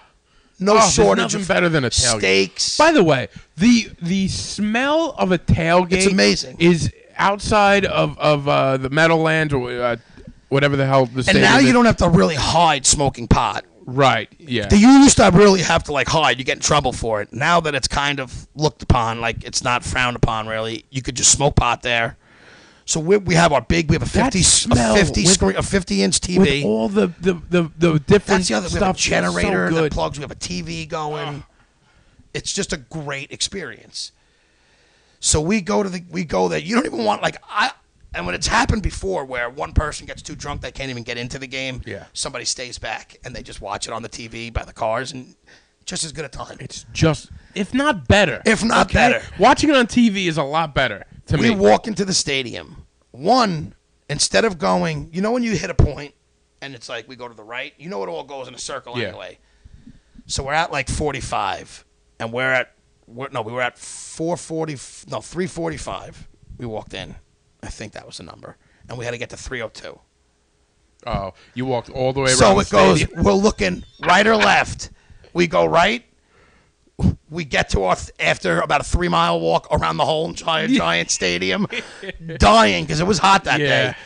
S3: No
S2: Oh, there's
S3: shortage
S2: nothing
S3: of
S2: better than a tailgate.
S3: steaks.
S2: By the way, the the smell of a tailgate
S3: It's amazing.
S2: is outside of of uh, the Meadowlands or uh, whatever the hell the
S3: and now you don't have to really hide smoking pot.
S2: right yeah
S3: You used to really have to like hide. You get in trouble for it. Now that it's kind of looked upon, like it's not frowned upon really. You could just smoke pot there. So we, we have our big. We have a
S2: That
S3: fifty, s-
S2: smell
S3: a fifty
S2: with-
S3: screen, a fifty inch TV.
S2: with all the the the, the different
S3: That's the other. We
S2: stuff
S3: have a
S2: so
S3: generator that
S2: good.
S3: plugs. We have a TV going. It's just a great experience. So we go to the we go there. You don't even want like I. And when it's happened before, where one person gets too drunk, they can't even get into the game.
S2: Yeah.
S3: Somebody stays back and they just watch it on the TV by the cars, and just as good a time.
S2: It's just if not better,
S3: If not better.
S2: Watching it on TV is a lot better to
S3: we
S2: me.
S3: walk into the stadium. One, instead of going, you know, when you hit a point and it's like we go to the right, you know, it all goes in a circle
S2: Yeah.
S3: anyway. So we're at like 45, and we're at, we're, no, we were at 440, no, 345. We walked in. I think that was the number. And we had to get to 302.
S2: oh, you walked all the way around.
S3: So
S2: the
S3: it goes,
S2: stadium.
S3: we're looking right or left. We go right, we get to our after about a three mile walk around the whole entire giant stadium, dying because it was hot that
S2: Yeah.
S3: day,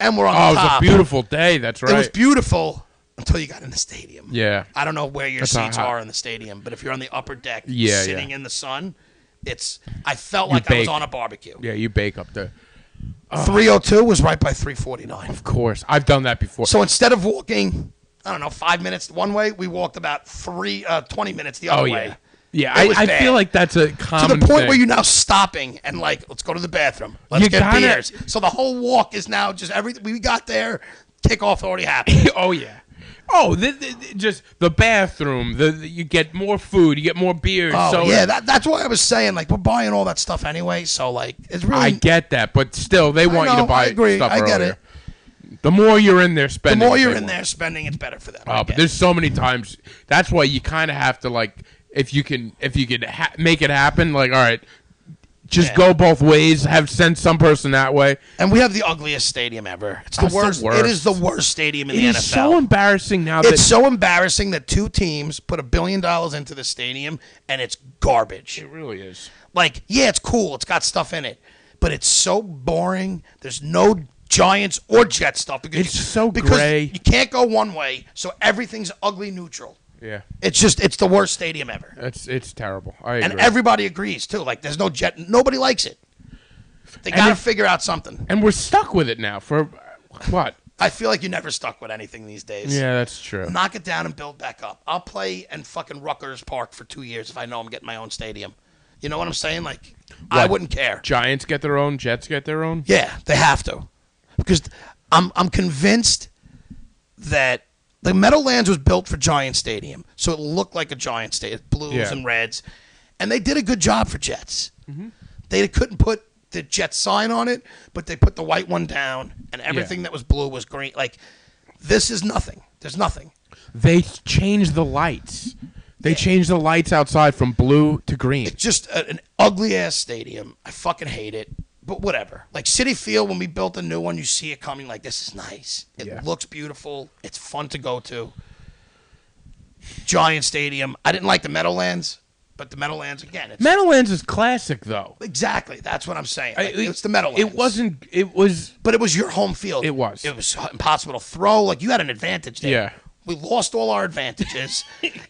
S3: and we're on
S2: Oh, it
S3: the
S2: was a
S3: top.
S2: beautiful day. That's right.
S3: It was beautiful until you got in the stadium.
S2: Yeah.
S3: I don't know where your
S2: not
S3: seats
S2: hot.
S3: are in the stadium, but if you're on the upper deck,
S2: Yeah,
S3: sitting
S2: yeah.
S3: in the sun, it's. I felt
S2: You
S3: like I was
S2: bake.
S3: on a barbecue.
S2: yeah, you bake up there.
S3: 302 was right by 349.
S2: Of course, I've done that before.
S3: So instead of walking, I don't know, five minutes one way, we walked about three, uh, 20 minutes the other
S2: oh
S3: way.
S2: yeah, yeah.
S3: It
S2: I,
S3: was
S2: I
S3: bad.
S2: feel like that's a
S3: To
S2: common
S3: the point
S2: thing.
S3: where you're now stopping and like, let's go to the bathroom. Let's
S2: You
S3: get
S2: gotta-
S3: beers. So the whole walk is now just everything. We got there, kickoff already happened.
S2: oh yeah. Oh, the, the, the- just the bathroom. The, the- you get more food, you get more beer.
S3: Oh,
S2: so
S3: yeah, that, that's why I was saying, like, we're buying all that stuff anyway. So, like, it's really.
S2: I get that, but still, they want you
S3: know,
S2: to buy
S3: I agree,
S2: stuff
S3: I get
S2: earlier. The more you're in there
S3: the
S2: spending,
S3: more
S2: they
S3: you're in
S2: want.
S3: there spending, it's better for them. I
S2: Oh, but
S3: guess.
S2: there's so many times. That's why you kind of have to like, if you can, if you can ha- make it happen. Like, all right, just
S3: Yeah.
S2: go both ways. Have send some person that way.
S3: and we have the ugliest stadium ever. It's the
S2: That's the
S3: worst. It
S2: worst.
S3: is the worst stadium in
S2: It
S3: the
S2: is
S3: NFL.
S2: so embarrassing now
S3: It's
S2: that
S3: so embarrassing that two teams put a billion dollars into the stadium and it's garbage.
S2: it really is.
S3: Like, yeah, it's cool, it's got stuff in it, but it's so boring. There's no Giants or Jets stuff because
S2: It's so
S3: because
S2: gray.
S3: You can't go one way, so everything's ugly neutral.
S2: Yeah,
S3: It's just it's the worst stadium ever.
S2: it's it's terrible. I
S3: And
S2: agree.
S3: everybody agrees too. Like there's no jet nobody likes it. They
S2: And
S3: got to
S2: if-
S3: figure out something.
S2: and we're stuck with it now for what?
S3: I feel like you're never stuck with anything these days.
S2: Yeah, that's true.
S3: knock it down and build back up. I'll play in fucking Rutgers Park for two years if I know I'm getting my own stadium. You know what I'm saying? Like, I
S2: What?
S3: wouldn't care.
S2: Giants get their own. Jets get their own.
S3: Yeah, they have to, because I'm I'm convinced that the Meadowlands was built for Giant Stadium, so it looked like a Giant Stadium, blues
S2: Yeah. Mm-hmm.
S3: and reds, and they did a good job for Jets. They couldn't put the Jets sign on it, but they put the white one down, and everything that was blue was green. Like, this is nothing. There's nothing.
S2: They changed the lights. They changed the lights outside from blue to green.
S3: just a, an ugly ass stadium. I fucking hate it, but whatever. Like City Field, when we built the new one, you see it coming. Like this is nice. It
S2: Yeah.
S3: looks beautiful. It's fun to go to. Giant Stadium. I didn't like the Meadowlands, but the Meadowlands again. It's,
S2: Meadowlands is classic though.
S3: exactly. That's what I'm saying.
S2: I-
S3: Like, it's the Meadowlands.
S2: It wasn't. It was.
S3: but it was your home field.
S2: It was.
S3: It was impossible to throw. Like you had an advantage there.
S2: Yeah.
S3: We lost all our advantages,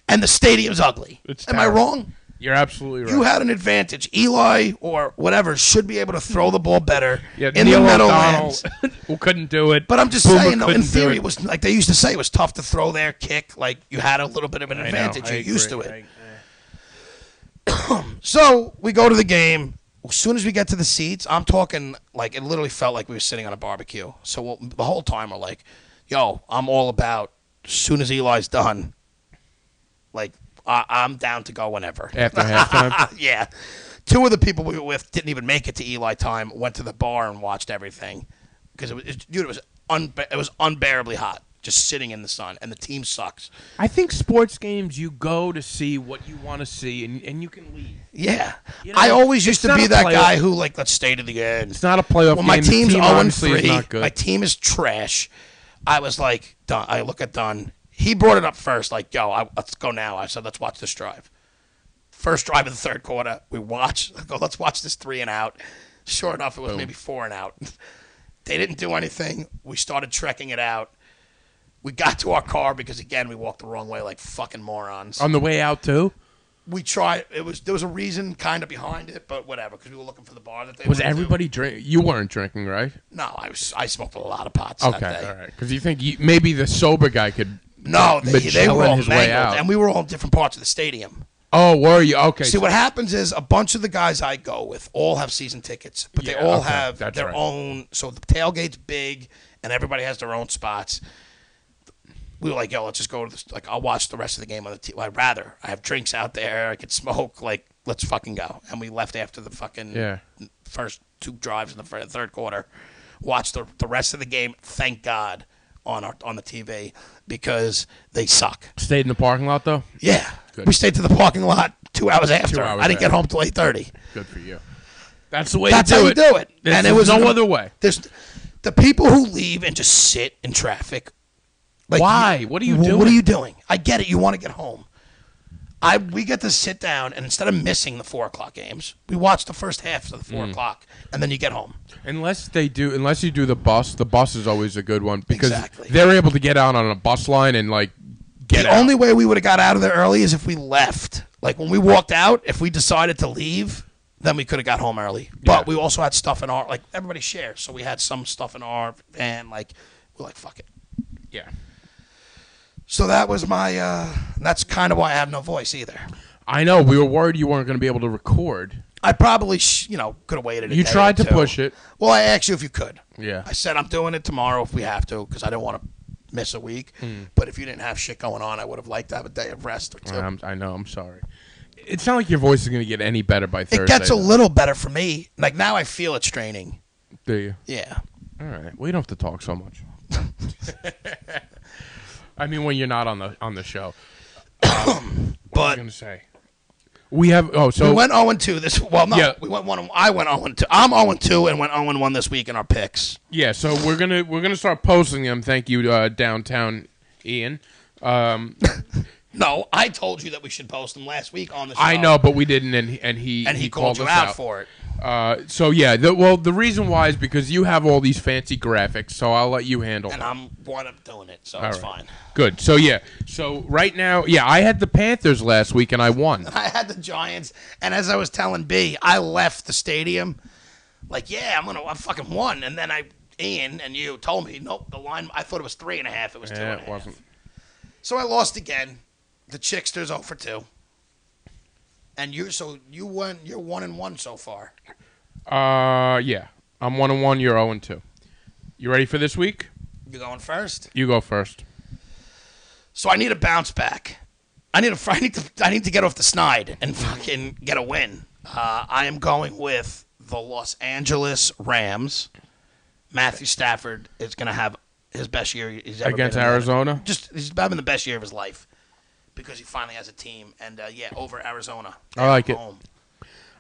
S3: and the stadium's ugly.
S2: It's
S3: Am I
S2: terrible.
S3: wrong?
S2: You're absolutely right.
S3: you had an advantage. Eli or whatever should be able to throw the ball better
S2: yeah,
S3: in
S2: Neil
S3: the
S2: O'Donnell
S3: Meadowlands.
S2: who couldn't do it.
S3: But I'm just
S2: Boomer
S3: saying, though, in
S2: couldn't do
S3: theory, it. was like they used to say, it was tough to throw there, kick. Like you had a little bit of an
S2: I know,
S3: advantage.
S2: I
S3: You're used to
S2: agree,
S3: it.
S2: I-
S3: So we go to the game. As soon as we get to the seats, I'm talking like it literally felt like we were sitting on a barbecue. So we'll, the whole time we're like, "Yo, I'm all about." As soon as Eli's done, like I, I'm down to go whenever.
S2: After halftime,
S3: yeah. Two of the people we were with didn't even make it to Eli time. Went to the bar and watched everything because it was, it, dude, it was unbe- it was unbearably hot, just sitting in the sun, and the team sucks.
S2: I think sports games you go to see what you want to see, and, and you can leave.
S3: Yeah,
S2: You know,
S3: I always
S2: it's
S3: used to
S2: not
S3: be
S2: a
S3: that
S2: playoff-
S3: guy who like let's stay to the end.
S2: It's not a playoff
S3: well,
S2: game.
S3: my
S2: The
S3: team's
S2: team
S3: zero and
S2: obviously is
S3: three.
S2: not good.
S3: My team is trash. I was like, Dun, I look at Dunn. He brought it up first, like, yo, I, let's go now. I said, let's watch this drive. First drive of the third quarter, we watch. I go, let's watch this three and out. Sure enough, it was maybe four and out. they didn't do anything. We started trekking it out. We got to our car because again, we walked the wrong way like fucking morons
S2: On the way out too,
S3: we tried. It was there was a reason kind of behind it, but whatever, because we were looking for the bar that they
S2: was
S3: went to.
S2: everybody drink? You weren't drinking, right?
S3: No, I was. I smoked a lot of pots
S2: Okay,
S3: that day.
S2: all right. Because you think you, maybe the sober guy could.
S3: No, they, they
S2: Magellan
S3: were all
S2: his way out.
S3: mangled, and we were all in different parts of the stadium.
S2: Oh, were you okay?
S3: See, what happens is a bunch of the guys I go with all have season tickets, but they
S2: Yeah,
S3: all
S2: okay,
S3: have
S2: that's
S3: their
S2: right.
S3: own. So the tailgate's big, and everybody has their own spots. We were like, yo, let's just go to this. Like, I'll watch the rest of the game on the TV. I'd rather. I have drinks out there. I could smoke. Like, let's fucking go. And we left after the fucking
S2: Yeah.
S3: first two drives in the fir- third quarter. Watched the, the rest of the game, thank God, on, our, on the TV because they suck.
S2: stayed in the parking lot though.
S3: Yeah.
S2: Good.
S3: We stayed to the parking lot two hours after.
S2: hours
S3: I didn't get
S2: after.
S3: home till eight thirty.
S2: Good for you. That's the way
S3: That's
S2: to do
S3: how you
S2: it.
S3: do it.
S2: There's
S3: and it was
S2: no other way.
S3: There's the people who leave and just sit in traffic. Like
S2: Why? What are you
S3: wh- What are
S2: doing?
S3: you doing? I get it. You want to get home. I we get to sit down and instead of missing the four o'clock games, we watch the first half of
S2: Mm.
S3: the four o'clock, and then you get home.
S2: Unless they do, unless you do the bus, the bus is always a good one because
S3: Exactly.
S2: they're able to get out on a bus line and like get
S3: the
S2: out.
S3: only way we would have got out of there early is if we left. Like when we walked out, if we decided to leave, then we could have got home early. But
S2: Yeah.
S3: we also had stuff in our like everybody shares, so we had some stuff in our and like we're like fuck it.
S2: yeah,
S3: So that was my. uh That's kind of why I have no voice either.
S2: I know. We were worried you weren't going to be able to record.
S3: I probably sh- you know could have waited. A
S2: You
S3: day
S2: tried
S3: or
S2: to
S3: two.
S2: push it.
S3: Well, I asked you if you could.
S2: Yeah.
S3: I said I'm doing it tomorrow if we have to because I don't want to miss a week.
S2: Hmm.
S3: But if you didn't have shit going on, I would have liked to have a day of rest or two.
S2: I'm, I know. I'm sorry. It's not like your voice is going to get any better by Thursday.
S3: it gets a
S2: though.
S3: little better for me. Like now, I feel it's draining.
S2: Do you?
S3: Yeah.
S2: All right. We don't have to talk so much. I mean, when you're not on the on the show, I'm
S3: But
S2: going to say we have. Oh, so
S3: we went 0 and 2 this well no
S2: Yeah.
S3: we went 1 I went 0 and 2 I'm 0 and 2 and went 0 and 1 this week in our picks.
S2: Yeah, so we're gonna we're gonna start posting them. Thank you, uh, downtown Ian. Um,
S3: No, I told you that we should post them last week on the show.
S2: I know, but we didn't, and and he
S3: Um, and he, called, you
S2: us
S3: out, for it.
S2: Uh, so yeah, the, well, the reason why is because you have all these fancy graphics, so I'll let you handle.
S3: And
S2: them.
S3: I'm one up doing it, so
S2: All
S3: it's
S2: right.
S3: fine.
S2: Good. So yeah, so right now, yeah, I had the Panthers last week and I won.
S3: I had the Giants, and as I was telling B, I left the stadium. Like, yeah, I'm gonna, I fucking won, and then I, Ian and you told me, nope, the line. I thought it was three and a half. It was two
S2: Yeah,
S3: and a
S2: it
S3: half.
S2: wasn't.
S3: So I lost again. The Chicksters 0 for two. And you, so you won. You're one and one so far.
S2: Uh, yeah, I'm one and one. You're zero and two. You ready for this week?
S3: You going first?
S2: You go first.
S3: So I need a bounce back. I need a. I need to. I need to get off the snide and fucking get a win. Uh, I am going with the Los Angeles Rams. Matthew Stafford is going to have his best year he's ever
S2: Against
S3: been in.
S2: Arizona?
S3: Just he's having the best year of his life because he finally has a team. And uh, yeah, over Arizona.
S2: I like it.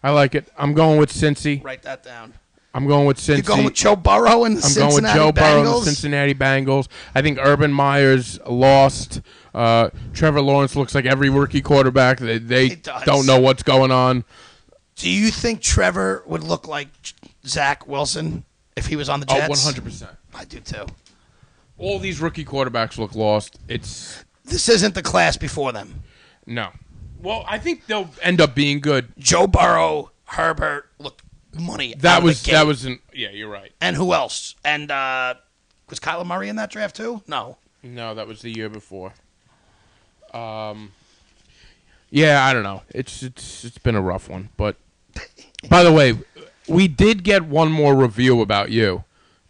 S2: I like it. I'm going with Cincy.
S3: Write that down.
S2: I'm going with Cincy.
S3: You're going with Joe Burrow and the
S2: I'm
S3: Cincinnati
S2: going with Joe
S3: Bengals.
S2: Burrow and the Cincinnati Bengals. I think Urban Meyer's lost. Uh, Trevor Lawrence looks like every rookie quarterback. They, they
S3: He does.
S2: don't know what's going on.
S3: Do you think Trevor would look like Zach Wilson if he was on the
S2: Oh,
S3: Jets?
S2: 100%.
S3: I do too.
S2: All these rookie quarterbacks look lost. It's
S3: This isn't the class before them.
S2: no. Well, I think they'll end up being good.
S3: Joe Burrow, Herbert, look, money. out
S2: That
S3: of the
S2: was
S3: gate.
S2: that was an yeah. You're right.
S3: And who else? And uh, was Kyler Murray in that draft too? No.
S2: No, that was the year before. Um. Yeah, I don't know. It's it's it's been a rough one, but by the way, we did get one more review about you.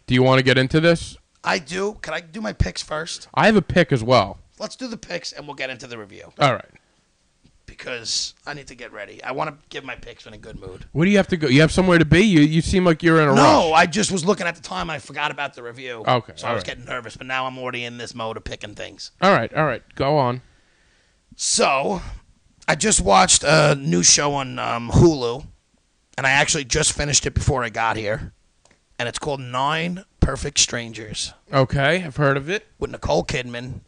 S2: Do you want to get into this?
S3: I do. Can I do my picks first?
S2: I have a pick as well.
S3: Let's do the picks and we'll get into the review
S2: All right.
S3: because I need to get ready. I want to give my picks in a good mood.
S2: Where do you have to go? You have somewhere to be? You you seem like you're in a
S3: No,
S2: rush.
S3: I just was looking at the time and I forgot about the review.
S2: Okay,
S3: So I was
S2: alright.
S3: getting nervous, but now I'm already in this mode of picking things.
S2: All right, all right. Go on.
S3: So, I just watched a new show on um, Hulu, and I actually just finished it before I got here, and it's called Nine Perfect Strangers
S2: Okay, I've heard of it.
S3: with Nicole Kidman.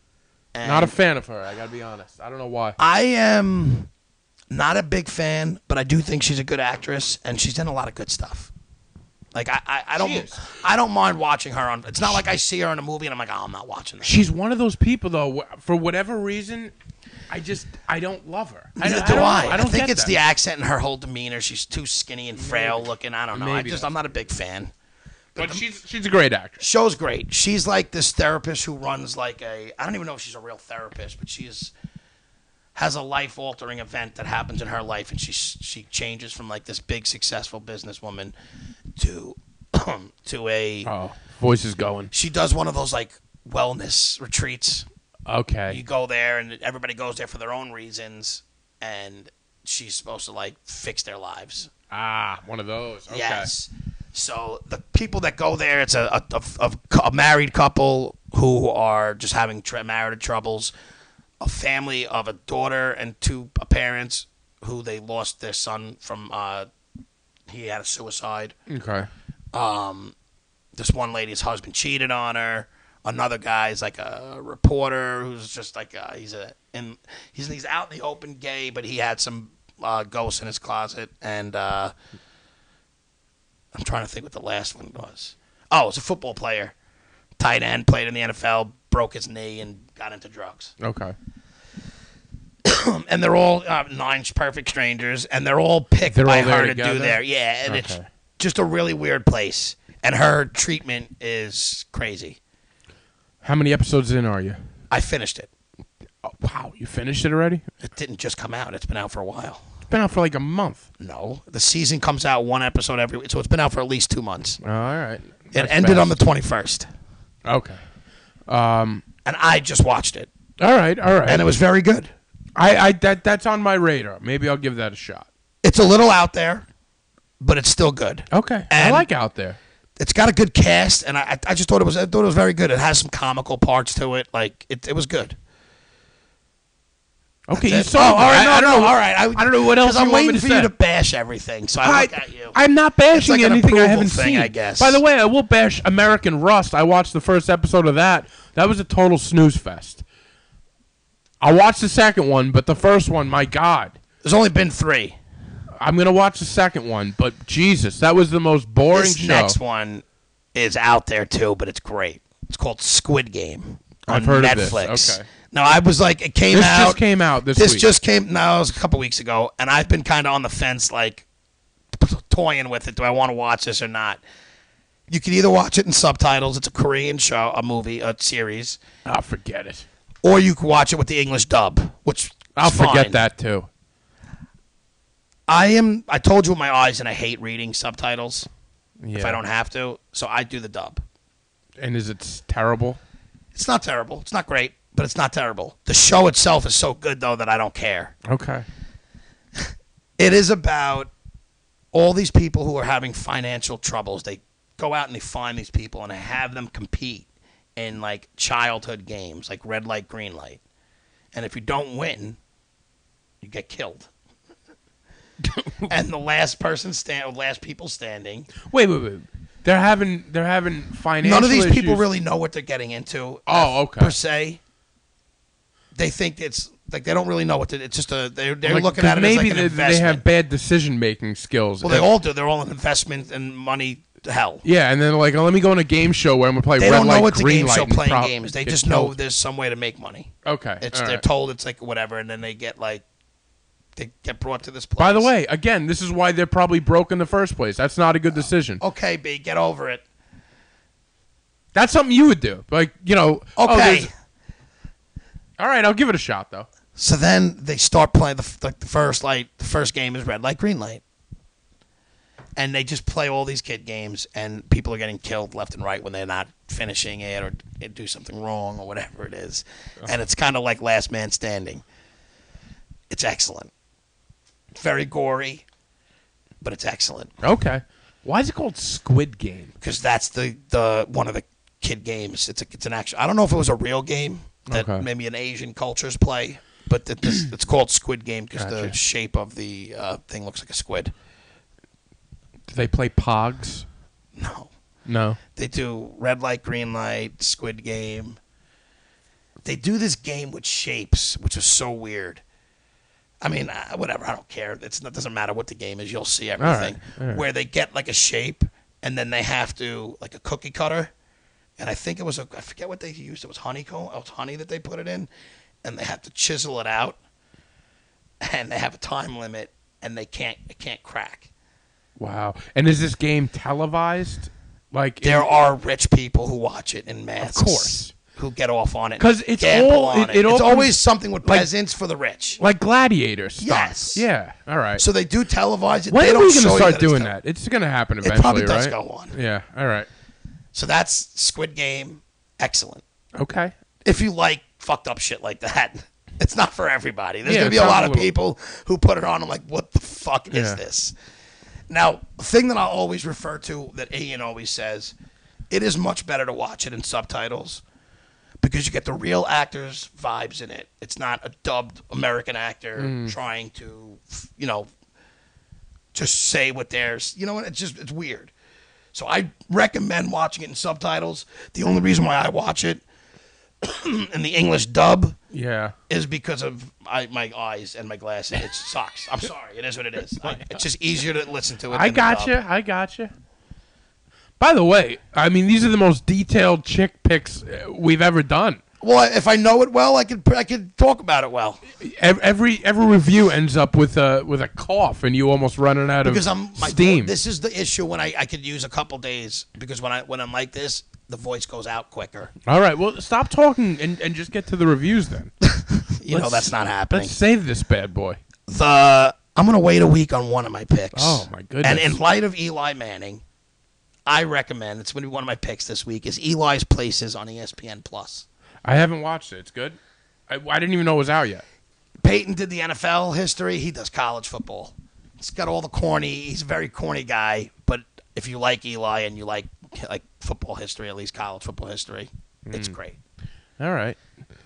S3: And
S2: Not a fan of her. I gotta be honest. I don't know why.
S3: I am not a big fan, but I do think she's a good actress, and she's done a lot of good stuff. Like I, I, I
S2: She
S3: don't,
S2: is.
S3: I don't mind watching her on. It's not like I see her in a movie and I'm like, oh, I'm not watching this.
S2: She's one of those people though. wh- For whatever reason, I just I don't love her. I,
S3: Neither
S2: I
S3: do
S2: don't,
S3: I. I,
S2: don't
S3: think
S2: get
S3: it's
S2: that.
S3: the accent and her whole demeanor. She's too skinny and frail looking. I don't know. I
S2: Maybe
S3: just
S2: that's
S3: I'm not a big fan.
S2: But she's she's a great actress.
S3: Show's great. She's like this therapist who runs like a I don't even know if she's a real therapist, but she is has a life altering event that happens in her life and she she changes from like this big successful businesswoman to to a
S2: Oh, voice is going.
S3: she does one of those like wellness retreats you
S2: Okay.
S3: go there and everybody goes there for their own reasons and she's supposed to like fix their lives
S2: Ah, one of those. Okay.
S3: yes so the people that go there it's a a, a, a- a married couple who are just having tr marital troubles a family of a daughter and two parents who they lost their son from uh, he had a suicide
S2: Okay.
S3: um, this one lady's husband cheated on her. Another guy's like a reporter who's just like uh he's a and he's he's out in the open gay, but he had some uh, ghosts in his closet, and uh, I'm trying to think what the last one was. Oh, it's a football player, tight end, played in the NFL, broke his knee, and got into drugs
S2: Okay.
S3: and they're all uh, nine perfect strangers, and they're all picked
S2: They're
S3: by
S2: all there
S3: her to
S2: together?
S3: do there. Yeah, and it's
S2: Okay.
S3: just a really weird place, and her treatment is crazy.
S2: How many episodes in are you?
S3: I finished it.
S2: Oh, wow, you finished it already?
S3: It didn't just come out; it's been out for a while.
S2: It's been out for like a month.
S3: No, the season comes out one episode every, so it's been out for at least two months.
S2: All right.
S3: It ended on the twenty first,
S2: Okay.
S3: and I just watched it,
S2: All right. All right.
S3: and it was very good.
S2: I, I that that's on my radar. Maybe I'll give that a shot.
S3: It's a little out there, but it's still good.
S2: Okay. I
S3: And-
S2: like out there.
S3: it's got a good cast, and I, I just thought it was I thought it was very good. It has some comical parts to it. Like it, it was good.
S2: Okay, you
S3: That's-
S2: saw.
S3: oh, all right,
S2: I, I
S3: no,
S2: don't
S3: no,
S2: know.
S3: all right. I,
S2: I don't know what else
S3: Because I'm
S2: you want me
S3: waiting
S2: to
S3: for
S2: say.
S3: you to bash everything, so I, look at you.
S2: am not bashing
S3: like an
S2: anything I
S3: approval
S2: haven't
S3: thing,
S2: seen.
S3: I guess.
S2: By the way, I will bash American Rust. I watched the first episode of that. That was a total snooze fest. I watched the second one, but the first one, my God,
S3: There's only been three.
S2: I'm gonna watch the second one. But Jesus, that was the most boring
S3: This
S2: show.
S3: next one is out there too, but it's great. It's called Squid Game on
S2: I've heard of this,
S3: Netflix.
S2: okay.
S3: No, I was like, it came
S2: This
S3: out.
S2: just came out this
S3: This
S2: week.
S3: just came. No, it was a couple weeks ago, and I've been kind of on the fence, like t- toying with it. Do I want to watch this or not? You can either watch it in subtitles. It's a Korean show, a movie, a series,
S2: I'll forget it.
S3: or you can watch it with the English dub, which
S2: I'll
S3: is
S2: forget
S3: fine.
S2: that too.
S3: I am. I told you my eyes, and I hate reading subtitles if
S2: Yeah.
S3: I don't have to. So I do the dub.
S2: And is it s- terrible?
S3: It's not terrible. It's not great, but it's not terrible. The show itself is so good though that I don't care.
S2: Okay.
S3: It is about all these people who are having financial troubles. They go out and they find these people and they have them compete in like childhood games, like red light, green light. And if you don't win, you get killed. and the last person stand, last people standing,
S2: Wait, wait, wait. They're having they're having financial.
S3: None of these people
S2: issues.
S3: really know what they're getting into.
S2: Oh,
S3: uh,
S2: okay.
S3: Per se, they think it's like they don't really know what to, it's just a they're they're
S2: Like,
S3: looking
S2: 'cause
S3: at it as
S2: maybe
S3: like an
S2: they, they
S3: investment.
S2: have bad decision making skills.
S3: well, they all do. They're all an investment and money to hell.
S2: Yeah, and then like, oh, let me go on a game show where I'm gonna play
S3: They
S2: red
S3: don't
S2: light,
S3: know it's a
S2: green
S3: game
S2: light.
S3: show
S2: and
S3: playing
S2: prop-
S3: games. They
S2: get
S3: just know
S2: killed.
S3: there's some way to make money.
S2: Okay,
S3: It's
S2: all
S3: they're
S2: right.
S3: told it's like whatever, and then they get like they get brought to this place.
S2: By the way, again, this is why they're probably broke in the first place. That's not a good decision.
S3: okay, B, get over it.
S2: That's something you would do. Like, you know, oh,
S3: Okay.
S2: there's- all right, I'll give it a shot though.
S3: So then they start playing the, f- like the first light. The first game is red light, green light, and they just play all these kid games, and people are getting killed left and right when they're not finishing it or d- do something wrong or whatever it is, and it's kind of like Last Man Standing. It's excellent. It's very gory, but it's excellent
S2: Okay. Why is it called Squid Game?
S3: because that's the, the one of the kid games. It's a, it's an action. I don't know if it was a real game that
S2: Okay.
S3: maybe an Asian cultures play, but that this, it's called Squid Game because
S2: Gotcha.
S3: the shape of the uh, thing looks like a squid.
S2: Do they play Pogs?
S3: No,
S2: No.
S3: they do red light, green light, Squid Game. They do this game with shapes, which is so weird. I mean, uh, whatever. I don't care. It's, it doesn't matter what the game is. You'll see
S2: right,
S3: everything.
S2: all right.
S3: Where they get like a shape, and then they have to like a cookie cutter, and I think it was a I forget what they used. It was honeycomb. It was honey that they put it in, and they have to chisel it out, and they have a time limit, and they can't it can't crack.
S2: Wow. And is this game televised? Like,
S3: there are rich people who watch it in masks.
S2: Of course.
S3: Who get off on it.
S2: 'Cause it's
S3: gamble
S2: all-
S3: on
S2: it- it all
S3: it's
S2: comes-
S3: always something with
S2: like-
S3: peasants for the rich.
S2: like gladiator stuff.
S3: Yes.
S2: Yeah. All right.
S3: So they do televise it.
S2: When
S3: they
S2: are
S3: don't
S2: we going
S3: show
S2: to
S3: you
S2: start
S3: it's
S2: doing
S3: tele-
S2: that? It's going to happen eventually,
S3: It probably does
S2: right?
S3: go on.
S2: Yeah. All right.
S3: So that's Squid Game. Excellent.
S2: Okay.
S3: If you like fucked up shit like that, it's not for everybody. There's
S2: Yeah,
S3: gonna be
S2: it's
S3: a
S2: not
S3: lot
S2: a
S3: of
S2: little-
S3: people who put it on. I'm like, what the fuck
S2: Yeah.
S3: is this? Now, the thing that I always refer to that Ian always says, it is much better to watch it in subtitles because you get the real actors' vibes in it. It's not a dubbed American actor trying to, you know, just say what theirs. You know what? It's just it's weird. So I recommend watching it in subtitles. The only reason why I watch it in the English dub
S2: Yeah.
S3: is because of I, my eyes and my glasses. It sucks. I'm sorry. It is what it is. I- it's just easier to listen to it.
S2: I
S3: than the
S2: got
S3: dub.
S2: you. I got you. By the way, I mean these are the most detailed chick picks uh, we've ever done.
S3: Well, if I know it well, I could I could talk about it well
S2: Mm. Ev- Every every review ends up with a with a cough, and you almost running out
S3: because
S2: of
S3: I'm my,
S2: steam.
S3: This is the issue when I, I could use a couple days because when I when I'm like this, the voice goes out quicker.
S2: All right, well, stop talking and, and just get to the reviews then.
S3: You know
S2: Let's-
S3: that's not happening.
S2: Let's save this bad boy.
S3: The I'm gonna wait a week on one of my picks.
S2: Oh, my goodness.
S3: And in light of Eli Manning, I recommend it's gonna be one of my picks this week is Eli's Places on E ESPN Plus.
S2: I haven't watched it. It's good. I, I didn't even know it was out yet.
S3: Peyton did the NFL history. He does college football. He's got all the corny. He's a very corny guy. But if you like Eli and you like like football history, at least college football history,
S2: Mm.
S3: it's great.
S2: All right.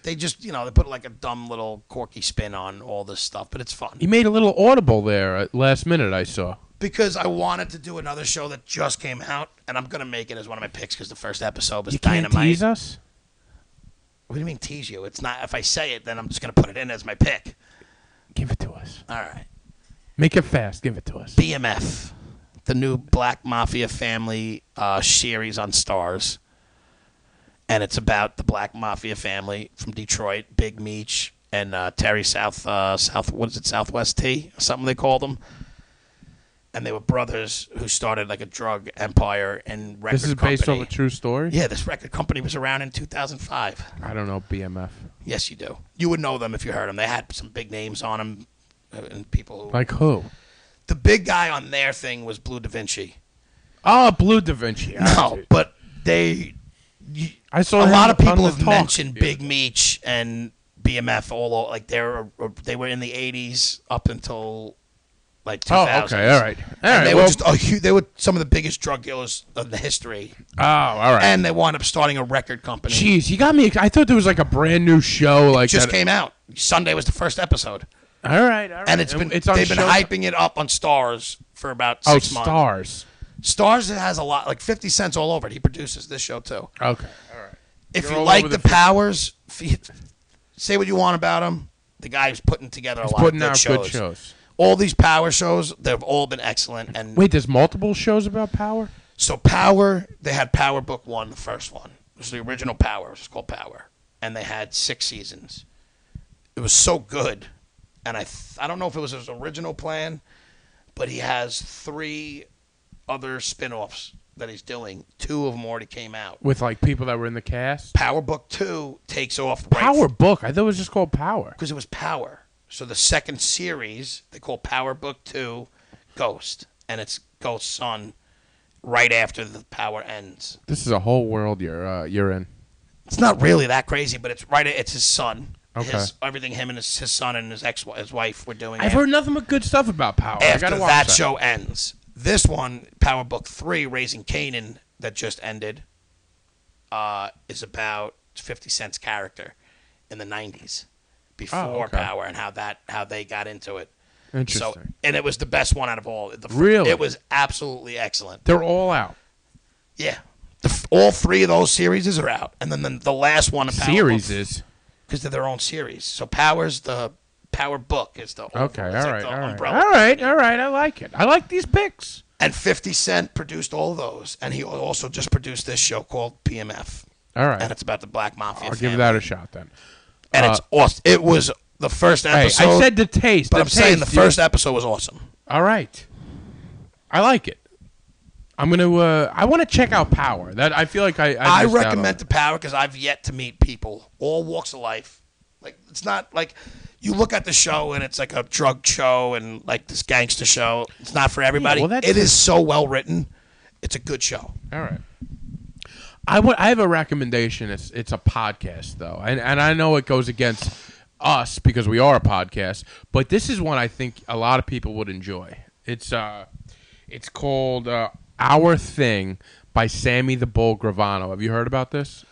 S3: They just you know they put like a dumb little quirky spin on all this stuff, but it's fun
S2: He made a little audible there at last minute. I saw.
S3: because I wanted to do another show that just came out, and I'm gonna make it as one of my picks because the first episode was
S2: You can't
S3: dynamite.
S2: tease us.
S3: What do you mean tease you? It's not if I say it, then I'm just gonna put it in as my pick.
S2: Give it to us.
S3: All right.
S2: Make it fast. Give it to us.
S3: BMF, the new Black Mafia family uh, series on Stars, and it's about the Black Mafia family from Detroit, Big Meech and uh, Terry South uh, South what is it Southwest T or something they call them, and they were brothers who started like a drug empire and record
S2: This is based
S3: company.
S2: on a true story.
S3: yeah, this record company was around in 2005.
S2: I don't know BMF.
S3: Yes, you do. You would know them if you heard them. They had some big names on them, and people. Who,
S2: Like who?
S3: the big guy on their thing was Blue Da Vinci.
S2: Oh, Blue Da Vinci.
S3: No, but they.
S2: I saw
S3: A
S2: him
S3: lot of
S2: on
S3: people
S2: the
S3: have
S2: talk.
S3: mentioned Big Meech and BMF all o- like they're uh, they were in the '80s up until like 2000s.
S2: Oh, okay. All right. All
S3: And
S2: right.
S3: they
S2: well,
S3: were just a hu they were some of the biggest drug dealers of the history,
S2: oh, all right.
S3: and they wound up starting a record company.
S2: Jeez, you got me. ex- I thought there was like a brand new show. Like
S3: Just
S2: that-
S3: came out Sunday was the first episode,
S2: All right. All right.
S3: and it's been
S2: it's on
S3: they've been
S2: show-
S3: hyping it up on Stars for about
S2: Oh,
S3: six months.
S2: stars.
S3: Stars has a lot like Fifty Cent's all over it. He produces this show too.
S2: Okay.
S3: if
S2: You're
S3: you
S2: all
S3: like
S2: over
S3: the,
S2: the field.
S3: powers, f- say what you want about him. The guy's putting together a lot
S2: Putting
S3: of good
S2: out
S3: shows.
S2: good shows.
S3: All these power shows, they've all been excellent. And
S2: Wait, there's multiple shows about power.
S3: so Power, they had Power Book One, the first one. It was the original Power. It was called Power, and they had six seasons. It was so good, and I th- I don't know if it was his original plan, but he has three other spin-offs that he's doing. Two of them already came out.
S2: with like people that were in the cast.
S3: Power Book Two takes off. Right
S2: Power Book. I thought it was just called Power.
S3: because it was Power. So the second series they call Power Book Two, Ghost, and it's Ghost's son, right after the Power ends.
S2: This is a whole world you're uh, you're in.
S3: It's not really that crazy, but it's right. It's his son.
S2: Okay.
S3: His, everything him and his, his son and his ex his wife were doing.
S2: I've
S3: after,
S2: heard nothing but good stuff about Power. I
S3: after
S2: gotta watch
S3: that
S2: that.
S3: show ends. This one, Power Book Three, Raising Canaan, that just ended, uh, is about Fifty Cent's character in the '90s, before
S2: Oh, okay.
S3: Power, and how that how they got into it.
S2: Interesting.
S3: So, and it was the best one out of all. The,
S2: Really?
S3: It was absolutely excellent.
S2: They're all out.
S3: Yeah. The, f- all three of those series are out. And then the, the last one,
S2: Series is
S3: Because they're their own series. So Power's the Power Book is the.
S2: okay. All
S3: it's like
S2: right.
S3: the
S2: all right.
S3: umbrella.
S2: All right. All right. I like it. I like these picks.
S3: And 50 Cent produced all those. And he also just produced this show called PMF.
S2: All right.
S3: And it's about the Black Mafia.
S2: I'll
S3: family.
S2: give that a shot then.
S3: And it's awesome. It was the first
S2: Hey,
S3: episode.
S2: I said the taste.
S3: but
S2: the
S3: I'm saying the
S2: taste,
S3: first episode was awesome.
S2: dude. All right. I like it. I'm gonna. Uh, I want to check out Power. That I feel like I. I, missed out
S3: I
S2: on
S3: recommend
S2: it.
S3: the power because I've yet to meet people, all walks of life. Like it's not like you look at the show and it's like a drug show and like this gangster show. It's not for everybody.
S2: well, that's
S3: it is so well written. It's a good show.
S2: All right. I want. I have a recommendation. It's it's a podcast though, and and I know it goes against us because we are a podcast, but this is one I think a lot of people would enjoy. It's uh, it's called uh, Our Thing by Sammy the Bull Gravano. Have you heard about this?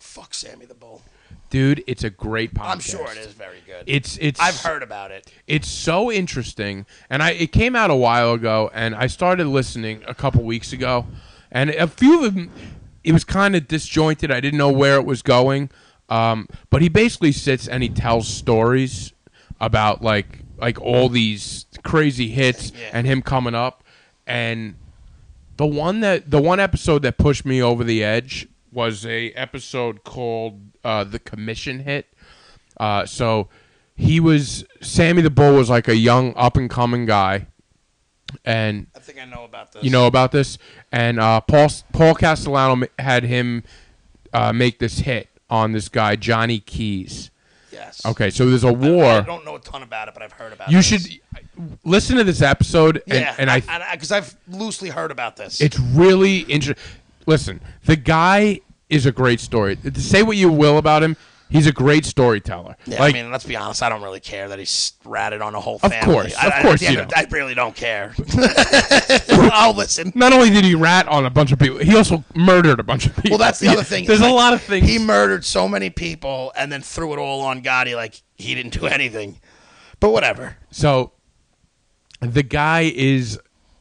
S3: Fuck Sammy the Bull.
S2: dude. It's a great podcast.
S3: I'm sure it is very good.
S2: It's it's
S3: I've heard about it.
S2: it's so interesting and i it came out a while ago and i started listening a couple weeks ago and a few of them it was kind of disjointed i didn't know where it was going um, but he basically sits and he tells stories about like like all these crazy hits
S3: Yeah.
S2: and him coming up and the one that the one episode that pushed me over the edge was a episode called uh, the Commission Hit. Uh, so he was Sammy the Bull was like a young up and coming guy, and
S3: I think I know about this.
S2: you know about this. And uh, Paul Paul Castellano m- had him uh, make this hit on this guy Johnny Keys.
S3: yes.
S2: Okay, so there's a
S3: I,
S2: war.
S3: I don't know a ton about it, but I've heard about it.
S2: you should listen to this episode, and,
S3: yeah,
S2: and I
S3: because I've loosely heard about this.
S2: It's really interesting. Listen, the guy is a great story. To say what you will about him, he's a great storyteller.
S3: Yeah,
S2: like,
S3: I mean, let's be honest. I don't really care that he's ratted on a whole
S2: Of
S3: family.
S2: course,
S3: I,
S2: of
S3: I- at
S2: course
S3: the end
S2: you
S3: of- I really don't care. I'll listen.
S2: not only did he rat on a bunch of people, he also murdered a bunch of people.
S3: Well, that's the other thing.
S2: There's
S3: It's
S2: a
S3: like,
S2: lot of things.
S3: He murdered so many people and then threw it all on Gotti like he didn't do anything. But whatever.
S2: so, the guy is.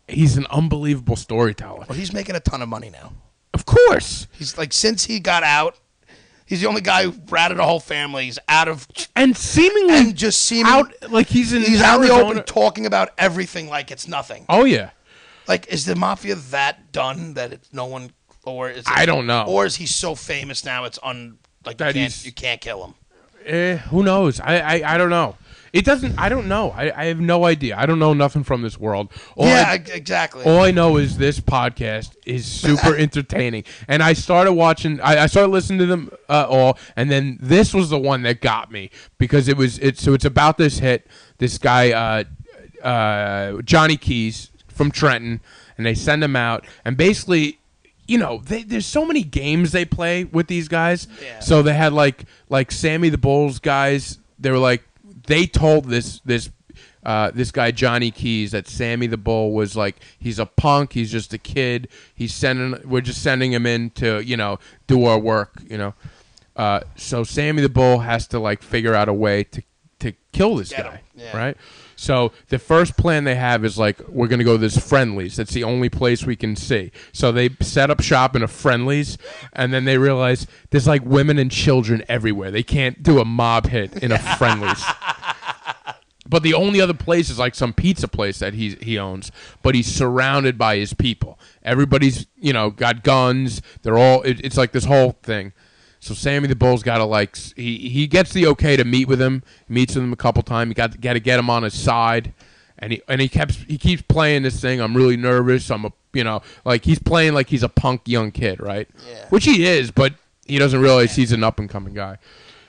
S2: He's an unbelievable storyteller.
S3: Well, he's making a ton of money now.
S2: Of course.
S3: He's like since he got out, he's the only guy who ratted a whole family. He's out of
S2: And seemingly
S3: and just seeming
S2: out like he's in
S3: he's out in the
S2: Arizona.
S3: open talking about everything like it's nothing.
S2: Oh yeah.
S3: Like, is the mafia that done that it's no one, or is it,
S2: I don't know.
S3: or is he so famous now it's un like
S2: That
S3: you
S2: he's-
S3: can't, you can't kill him?
S2: Eh, who knows? I, I, I don't know. It doesn't. I don't know. I, I have no idea. I don't know nothing from this world. All
S3: yeah,
S2: I,
S3: ex- exactly.
S2: all I know is this podcast is super entertaining, and I started watching. I, I started listening to them uh, all, and then this was the one that got me because it was it. So it's about this hit. This guy, uh, uh, Johnny Keys from Trenton, and they send him out, and basically. You know, they, there's so many games they play with these guys.
S3: Yeah.
S2: So they had like like Sammy the Bulls guys. They were like they told this this uh, this guy Johnny Keys that Sammy the Bull was like he's a punk. He's just a kid. He's sending we're just sending him in to you know do our work. You know, uh, so Sammy the Bull has to like figure out a way to to kill this
S3: Get him.
S2: guy,
S3: Yeah.
S2: right? So the first plan they have is like we're gonna go to this friendlies. That's the only place we can see. So they set up shop in a friendlies, and then they realize there's like women and children everywhere. They can't do a mob hit in a friendlies. But the only other place is like some pizza place that he he owns. But he's surrounded by his people. Everybody's you know got guns. They're all. It, it's like this whole thing. So Sammy the Bull's got to like s- he he gets the okay to meet with him. Meets with him a couple times. He got got to get him on his side. And he and he kept he keeps playing this thing. I'm really nervous. I'm a you know like he's playing like he's a punk young kid, right?
S3: Yeah.
S2: Which he is, but he doesn't realize he's an up and coming guy.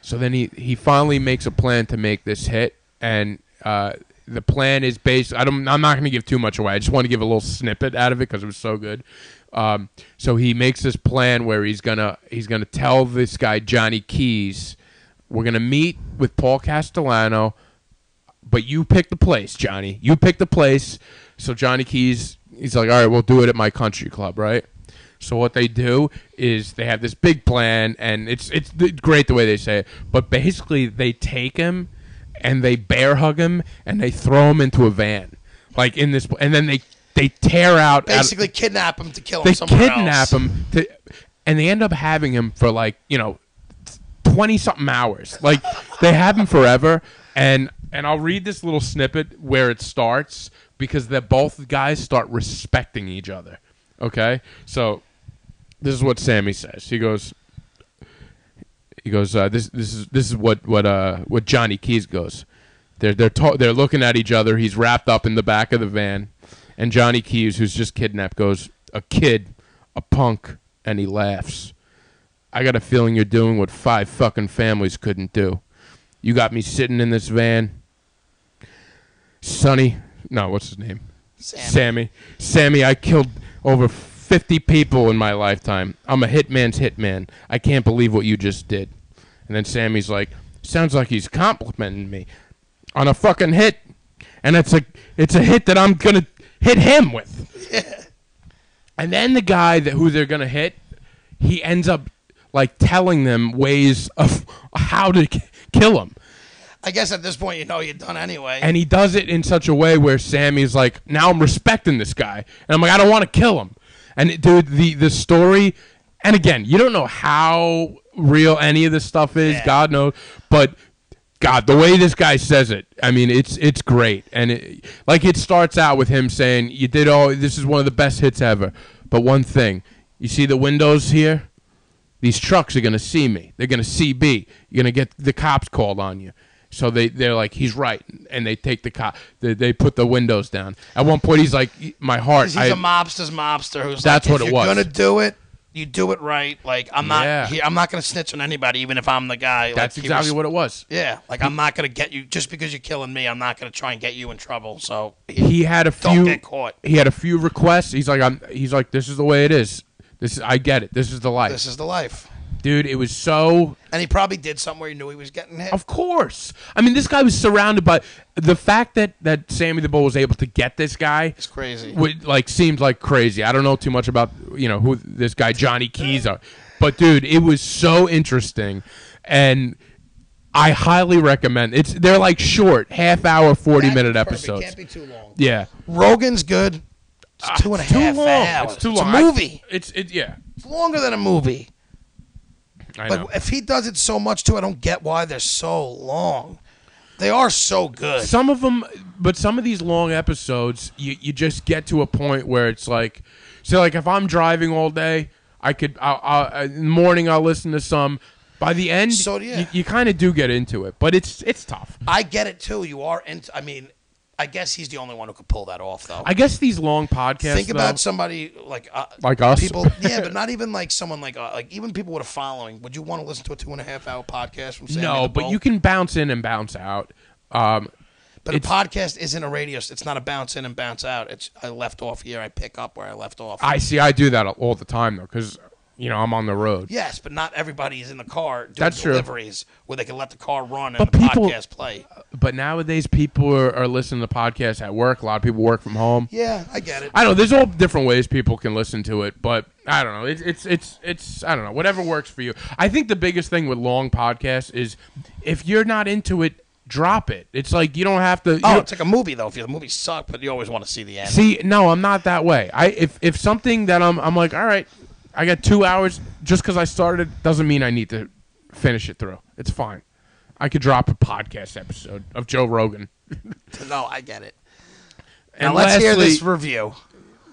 S2: So then he, he finally makes a plan to make this hit, and uh, the plan is based. I don't. I'm not going to give too much away. I just want to give a little snippet out of it because it was so good. Um, so he makes this plan where he's gonna he's gonna tell this guy Johnny Keys, we're gonna meet with Paul Castellano but you pick the place, Johnny. You pick the place. So Johnny Keys, he's like, all right, we'll do it at my country club, right? So what they do is they have this big plan, and it's it's th- great the way they say it. But basically, they take him and they bear hug him and they throw him into a van, like in this, and then they they tear out out-
S3: Basically, kidnap him to kill him.
S2: they
S3: somewhere
S2: kidnap
S3: else.
S2: him to, and they end up having him for like you know 20 something hours like they have him forever and and i'll read this little snippet where it starts because that both guys start respecting each other okay so this is what sammy says he goes he goes uh, this this is this is what what uh what johnny keys goes they're they're ta- they're looking at each other he's wrapped up in the back of the van and johnny keys who's just kidnapped goes a kid a punk and he laughs I got a feeling you're doing what five fucking families couldn't do. You got me sitting in this van. Sonny, no, what's his name?
S3: Sammy.
S2: Sammy. Sammy, I killed over 50 people in my lifetime. I'm a hitman's hitman. I can't believe what you just did. And then Sammy's like, sounds like he's complimenting me on a fucking hit. And it's a, it's a hit that I'm going to hit him with. And then the guy that who they're gonna hit, he ends up like telling them ways of how to k- kill him.
S3: I guess at this point you know you're done anyway.
S2: And he does it in such a way where Sammy's like, now I'm respecting this guy. And I'm like, I don't want to kill him. And it, dude, the, the story, and again, you don't know how real any of this stuff is.
S3: Yeah.
S2: God knows. But God, the way this guy says it, I mean, it's it's great. And it, like it starts out with him saying, you did all, this is one of the best hits ever. But one thing, you see the windows here? these trucks are going to see me. They're going to CB. You're going to get the cops called on you. So they, they're like, he's right. And they take the cop, they, they put the windows down. At one point, he's like, my heart.
S3: he's
S2: I-
S3: a mobster's mobster who's
S2: That's
S3: like,
S2: what
S3: if
S2: it
S3: you're
S2: was.
S3: gonna do it, you do it right. Like I'm not,
S2: Yeah.
S3: he, I'm not gonna snitch on anybody, even if I'm the guy. Like,
S2: that's
S3: he
S2: exactly
S3: was-
S2: what it was.
S3: Yeah, like I'm not gonna get you just because you're killing me. I'm not gonna try and get you in trouble. So
S2: He had a
S3: Don't
S2: few.
S3: get caught.
S2: He had a few requests. He's like, I'm. He's like, this is the way it is. This is, I get it. This is the life,
S3: this is the life.
S2: dude. It was so
S3: And he probably did somewhere he knew he was getting hit.
S2: Of course. I mean, this guy was surrounded by the fact that that Sammy the Bull was able to get this guy.
S3: It's crazy.
S2: would- like seems like crazy. I don't know too much about you know who this guy Johnny Keys are, but dude, it was so interesting, and I highly recommend. It's they're like short, half hour, forty minute episodes.
S3: Can't be too long.
S2: yeah,
S3: Rogan's good. It's two and a
S2: It's too
S3: half
S2: long.
S3: hours.
S2: It's too long.
S3: a
S2: I-
S3: movie.
S2: It's it. Yeah,
S3: It's longer than a movie.
S2: I know.
S3: But if he does it so much too, I don't get why they're so long. They are so good.
S2: some of them but some of these long episodes you, you just get to a point where it's like so like if i'm driving all day i could I'll, I'll, uh, in the morning i'll listen to some by the end
S3: So, yeah.
S2: you, you kind of do get into it but it's it's tough
S3: I get it too. You are into. I mean, I guess he's the only one who could pull that off, though.
S2: i guess these long podcasts
S3: Think about
S2: though,
S3: somebody like uh,
S2: like us
S3: people. yeah, but not even like someone like uh, like even people with a following. Would you want to listen to a two and a half hour podcast from? Sammy
S2: no
S3: the
S2: but
S3: Bull?
S2: you can bounce in and bounce out um
S3: But a
S2: it's-
S3: podcast isn't a radio. It's not a bounce in and bounce out. It's I left off here. I pick up where I left off.
S2: i see i do that all the time though because you know i'm on the road
S3: Yes, but not everybody is in the car doing
S2: That's true.
S3: deliveries where they can let the car run and
S2: But
S3: the
S2: people-
S3: podcast play.
S2: but nowadays people are, are listening to podcasts at work a lot of people work from home
S3: Yeah, I get it.
S2: I don't know. There's all different ways people can listen to it, but I don't know. It's it's it's it's I don't know. Whatever works for you. I think the biggest thing with long podcasts is if you're not into it, drop it. It's like you don't have to. you
S3: oh,
S2: don't-
S3: it's like a movie though. If the movie sucked, but you always want to see the end.
S2: see, no, I'm not that way. I if if something that I'm I'm like, all right, I got two hours. Just because I started it doesn't mean I need to finish it through. It's fine. I could drop a podcast episode of Joe Rogan.
S3: no, I get it.
S2: And
S3: now let's hear
S2: lastly-
S3: this review.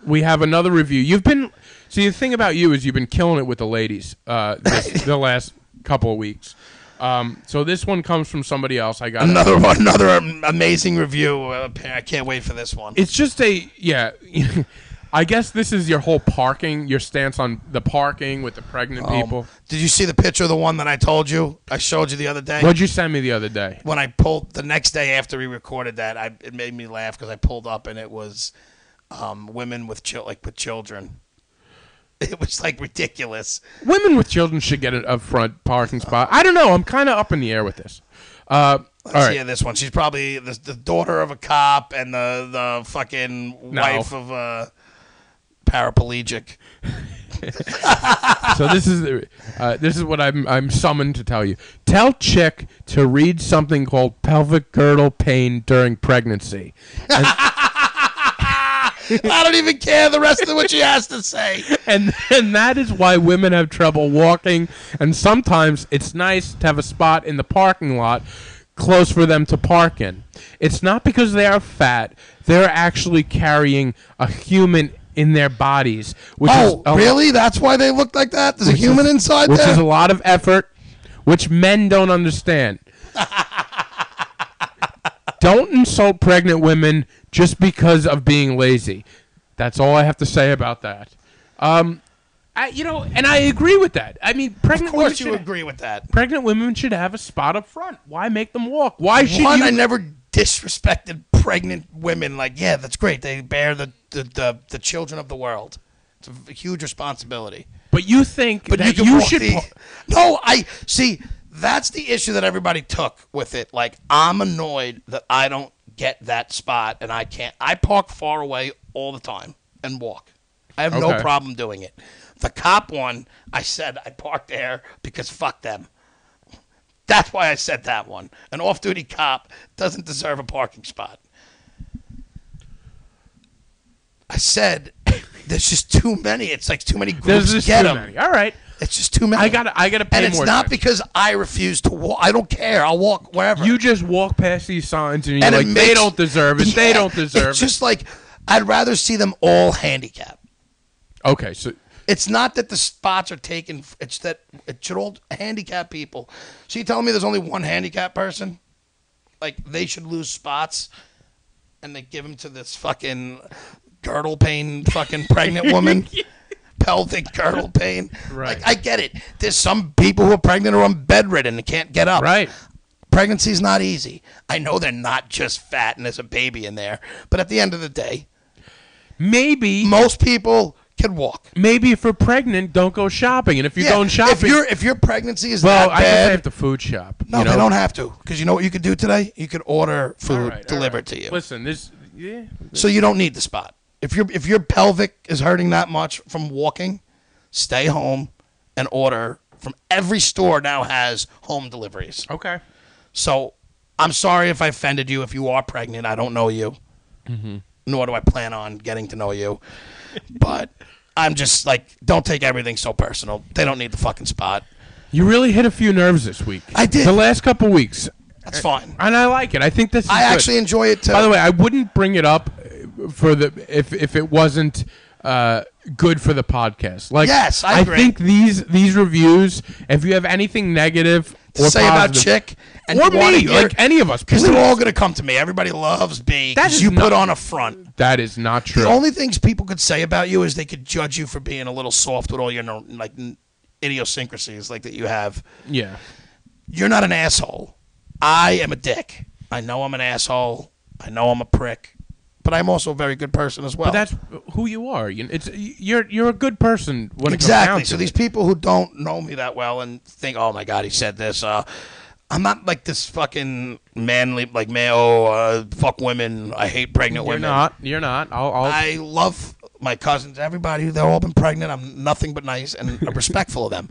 S2: we have another review. You've been see the thing about you is you've been killing it with the ladies uh, this, the last couple of weeks. Um, so this one comes from somebody else. I got it.
S3: Another one, another am- amazing review. Uh, I can't wait for this one.
S2: It's just a yeah. I guess this is your whole parking, your stance on the parking with the pregnant
S3: Oh,
S2: people.
S3: Did you see the picture of the one that I told you? I showed you the other day.
S2: What'd you send me the other day?
S3: when I pulled the next day after we recorded that, I it made me laugh because I pulled up and it was um, women with chil- like with children. It was like ridiculous.
S2: Women with children should get an up front parking spot. I don't know. I'm kind of up in the air with this. Uh, all
S3: Let's
S2: right.
S3: hear this one. She's probably the, the daughter of a cop and the the fucking
S2: No.
S3: wife of a paraplegic.
S2: So this is uh, this is what I'm I'm summoned to tell you. Tell chick to read something called pelvic girdle pain during pregnancy.
S3: I don't even care the rest of what she has to say.
S2: And and that is why women have trouble walking and sometimes it's nice to have a spot in the parking lot close for them to park in. It's not because they are fat. They're actually carrying a human in their bodies, which
S3: Oh,
S2: is a-
S3: really? That's why they look like that? There's a human inside
S2: which is
S3: there?
S2: a lot of effort, which men don't understand. don't insult pregnant women just because of being lazy. That's all I have to say about that. Um, I, you know, and I agree with that. I mean,
S3: of
S2: pregnant women
S3: course
S2: should,
S3: you agree with that.
S2: pregnant women should have a spot up front. Why make them walk? Why should
S3: One,
S2: you?
S3: I never disrespected pregnant women. Like, yeah, that's great. They bear the the, the, the children of the world. It's a v- huge responsibility.
S2: but you think
S3: But
S2: that you,
S3: you, can walk
S2: should.
S3: the-
S2: pa-
S3: no, I see. That's the issue that everybody took with it. Like, I'm annoyed that I don't get that spot, and I can't. I park far away all the time and walk. I have no
S2: Okay.
S3: problem doing it. The cop one, I said I parked there because fuck them. That's why I said that one. An off duty cop doesn't deserve a parking spot. I said there's just too many. It's like too many groups
S2: There's just
S3: get
S2: too
S3: 'em.
S2: many. All right.
S3: It's just too many.
S2: I gotta- I gotta pay
S3: And it's
S2: more
S3: not
S2: attention.
S3: because I refuse to walk. I don't care. I'll walk wherever.
S2: You just walk past these signs and you're
S3: And it
S2: like, they
S3: makes-
S2: don't deserve it. They
S3: Yeah,
S2: don't deserve
S3: It's just like I'd rather see them all handicapped.
S2: it. Okay, so
S3: It's not that the spots are taken. It's that it should all handicap people. So you telling me there's only one handicap person? Like they should lose spots, and they give them to this fucking girdle pain, fucking pregnant woman, pelvic girdle pain.
S2: Right.
S3: Like I get it. There's some people who are pregnant or are bedridden and can't get up.
S2: right.
S3: Pregnancy's not easy. I know they're not just fat and there's a baby in there, but at the end of the day,
S2: Maybe
S3: most people can walk.
S2: maybe if you're pregnant, don't go shopping. And if you're
S3: Yeah,
S2: going shopping,
S3: If your if your pregnancy is
S2: well,
S3: that
S2: I guess
S3: bad,
S2: I have to food shop.
S3: no,
S2: you know?
S3: they don't have to. Because you know what you could do today? You could order
S2: All
S3: food
S2: right, all
S3: delivered
S2: right.
S3: to you,
S2: Listen, this. Yeah.
S3: so you don't need the spot. If your if your pelvic is hurting that much from walking, stay home and order from every store now has home deliveries.
S2: Okay.
S3: So I'm sorry if I offended you. If you are pregnant, I don't know you,
S2: Mm-hmm.
S3: nor do I plan on getting to know you. But I'm just like, don't take everything so personal. They don't need the fucking spot.
S2: You really hit a few nerves this week.
S3: I did.
S2: The last couple weeks,
S3: That's fine.
S2: and I like it. I think this. Is
S3: I
S2: good.
S3: actually enjoy it too.
S2: By the way, I wouldn't bring it up uh, for the if if it wasn't uh, good for the podcast. Like,
S3: Yes, I agree.
S2: think these these reviews. If you have anything negative
S3: To
S2: or
S3: say about
S2: positive-
S3: chick and
S2: or
S3: you wanna
S2: me,
S3: hear-
S2: like any of us,
S3: because
S2: please.
S3: they're all gonna come to me. Everybody loves B.
S2: That
S3: Because
S2: is
S3: you
S2: not-
S3: put on a front.
S2: that is not true.
S3: The only things people could say about you is they could judge you for being a little soft with all your no- like n- idiosyncrasies like that you have.
S2: yeah,
S3: you're not an asshole. I am a dick. I know I'm an asshole. I know I'm a prick, but I'm also a very good person as well.
S2: but that's who you are. You it's you're you're a good person when it comes down
S3: exactly.
S2: to
S3: So
S2: it.
S3: these people who don't know me that well and think, "Oh my God, he said this," uh, I'm not like this fucking manly, like man. Oh, uh, fuck women. I hate pregnant
S2: You're
S3: women.
S2: not. You're not. I'll. I'll
S3: I love my cousins, everybody. They've all been pregnant. I'm nothing but nice and respectful of them.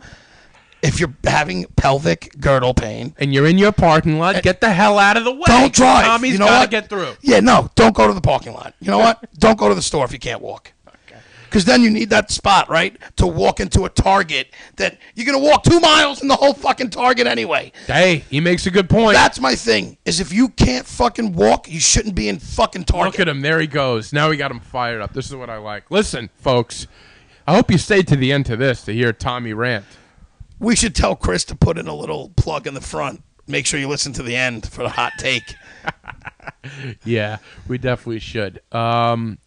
S3: If you're having pelvic girdle pain,
S2: and you're in your parking lot. Get the hell out of the way.
S3: Don't drive.
S2: Tommy's
S3: you know
S2: gotta
S3: what?
S2: get through.
S3: Yeah, no, don't go to the parking lot. You know what? don't go to the store if you can't walk. Because then you need that spot, right, to walk into a Target that you're gonna walk two miles in the whole fucking Target anyway.
S2: Hey, he makes a good point.
S3: That's my thing. Is if you can't fucking walk, you shouldn't be in fucking Target.
S2: Look at him. There he goes. Now we got him fired up. This is what I like. Listen, folks, I hope you stayed to the end to this to hear Tommy rant.
S3: We should tell Chris to put in a little plug in the front. Make sure you listen to the end for the hot take.
S2: Yeah, we definitely should. Um,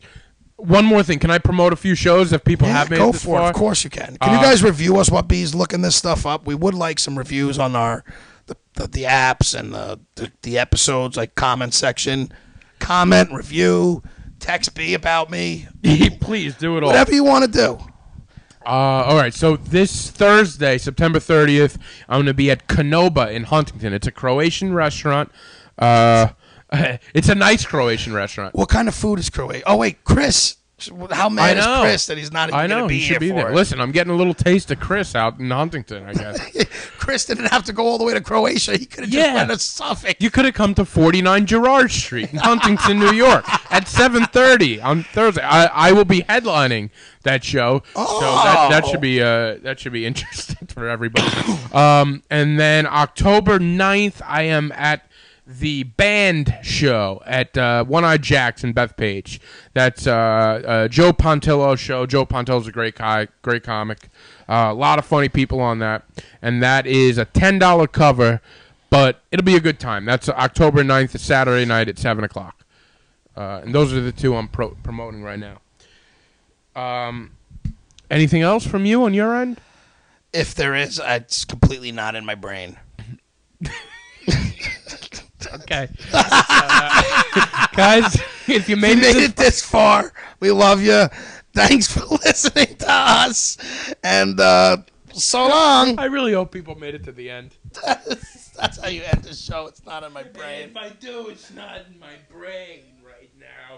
S2: one more thing. Can I promote a few shows if people have made
S3: go
S2: it this
S3: for it.
S2: far? Uh,
S3: Of course you can. Can you guys review us? What bees looking this stuff up? We would like some reviews on our the, the, the apps and the, the the episodes, like comment section, comment review, text B about me,
S2: Please do it all.
S3: whatever you want to do.
S2: Uh, all right, so this Thursday, September 30th, I'm going to be at Konoba in Huntington. It's a Croatian restaurant. Uh, it's a nice Croatian restaurant.
S3: What kind of food is Croatia? Oh wait, Chris, how mad
S2: I
S3: is
S2: know.
S3: Chris that he's not?
S2: I
S3: gonna
S2: know
S3: be
S2: he
S3: here
S2: should be
S3: for
S2: there.
S3: it?
S2: Listen, I'm getting a little taste of Chris out in Huntington, I guess.
S3: Chris didn't have to go all the way to Croatia. He could have just
S2: Yeah.
S3: went to Suffolk.
S2: You could have come to 49 Gerard Street in Huntington, New York at 7:30 on Thursday. I, I will be headlining that show. So that, that should be uh, that should be interesting for everybody. um, and then October 9th I am at the band show at uh, One Eye Jacks in Bethpage. That's uh, uh, Joe Pontillo show. Joe Pontillo's a great guy, great comic. Uh, a lot of funny people on that, and that is a ten dollar cover but it'll be a good time. That's October 9th, it's Saturday night at 7 o'clock. Uh, and those are the two I'm pro- promoting right now. Um, anything else from you on your end?
S3: If there is, uh, it's completely not in my brain.
S2: Okay. guys, if you made, it,
S3: you made
S2: this-
S3: it this far. We love you. Thanks for listening to us. And uh, so long.
S2: I really hope people made it to the end.
S3: That's how you end the show. It's not in my brain.
S2: I do, it's not in my brain right now.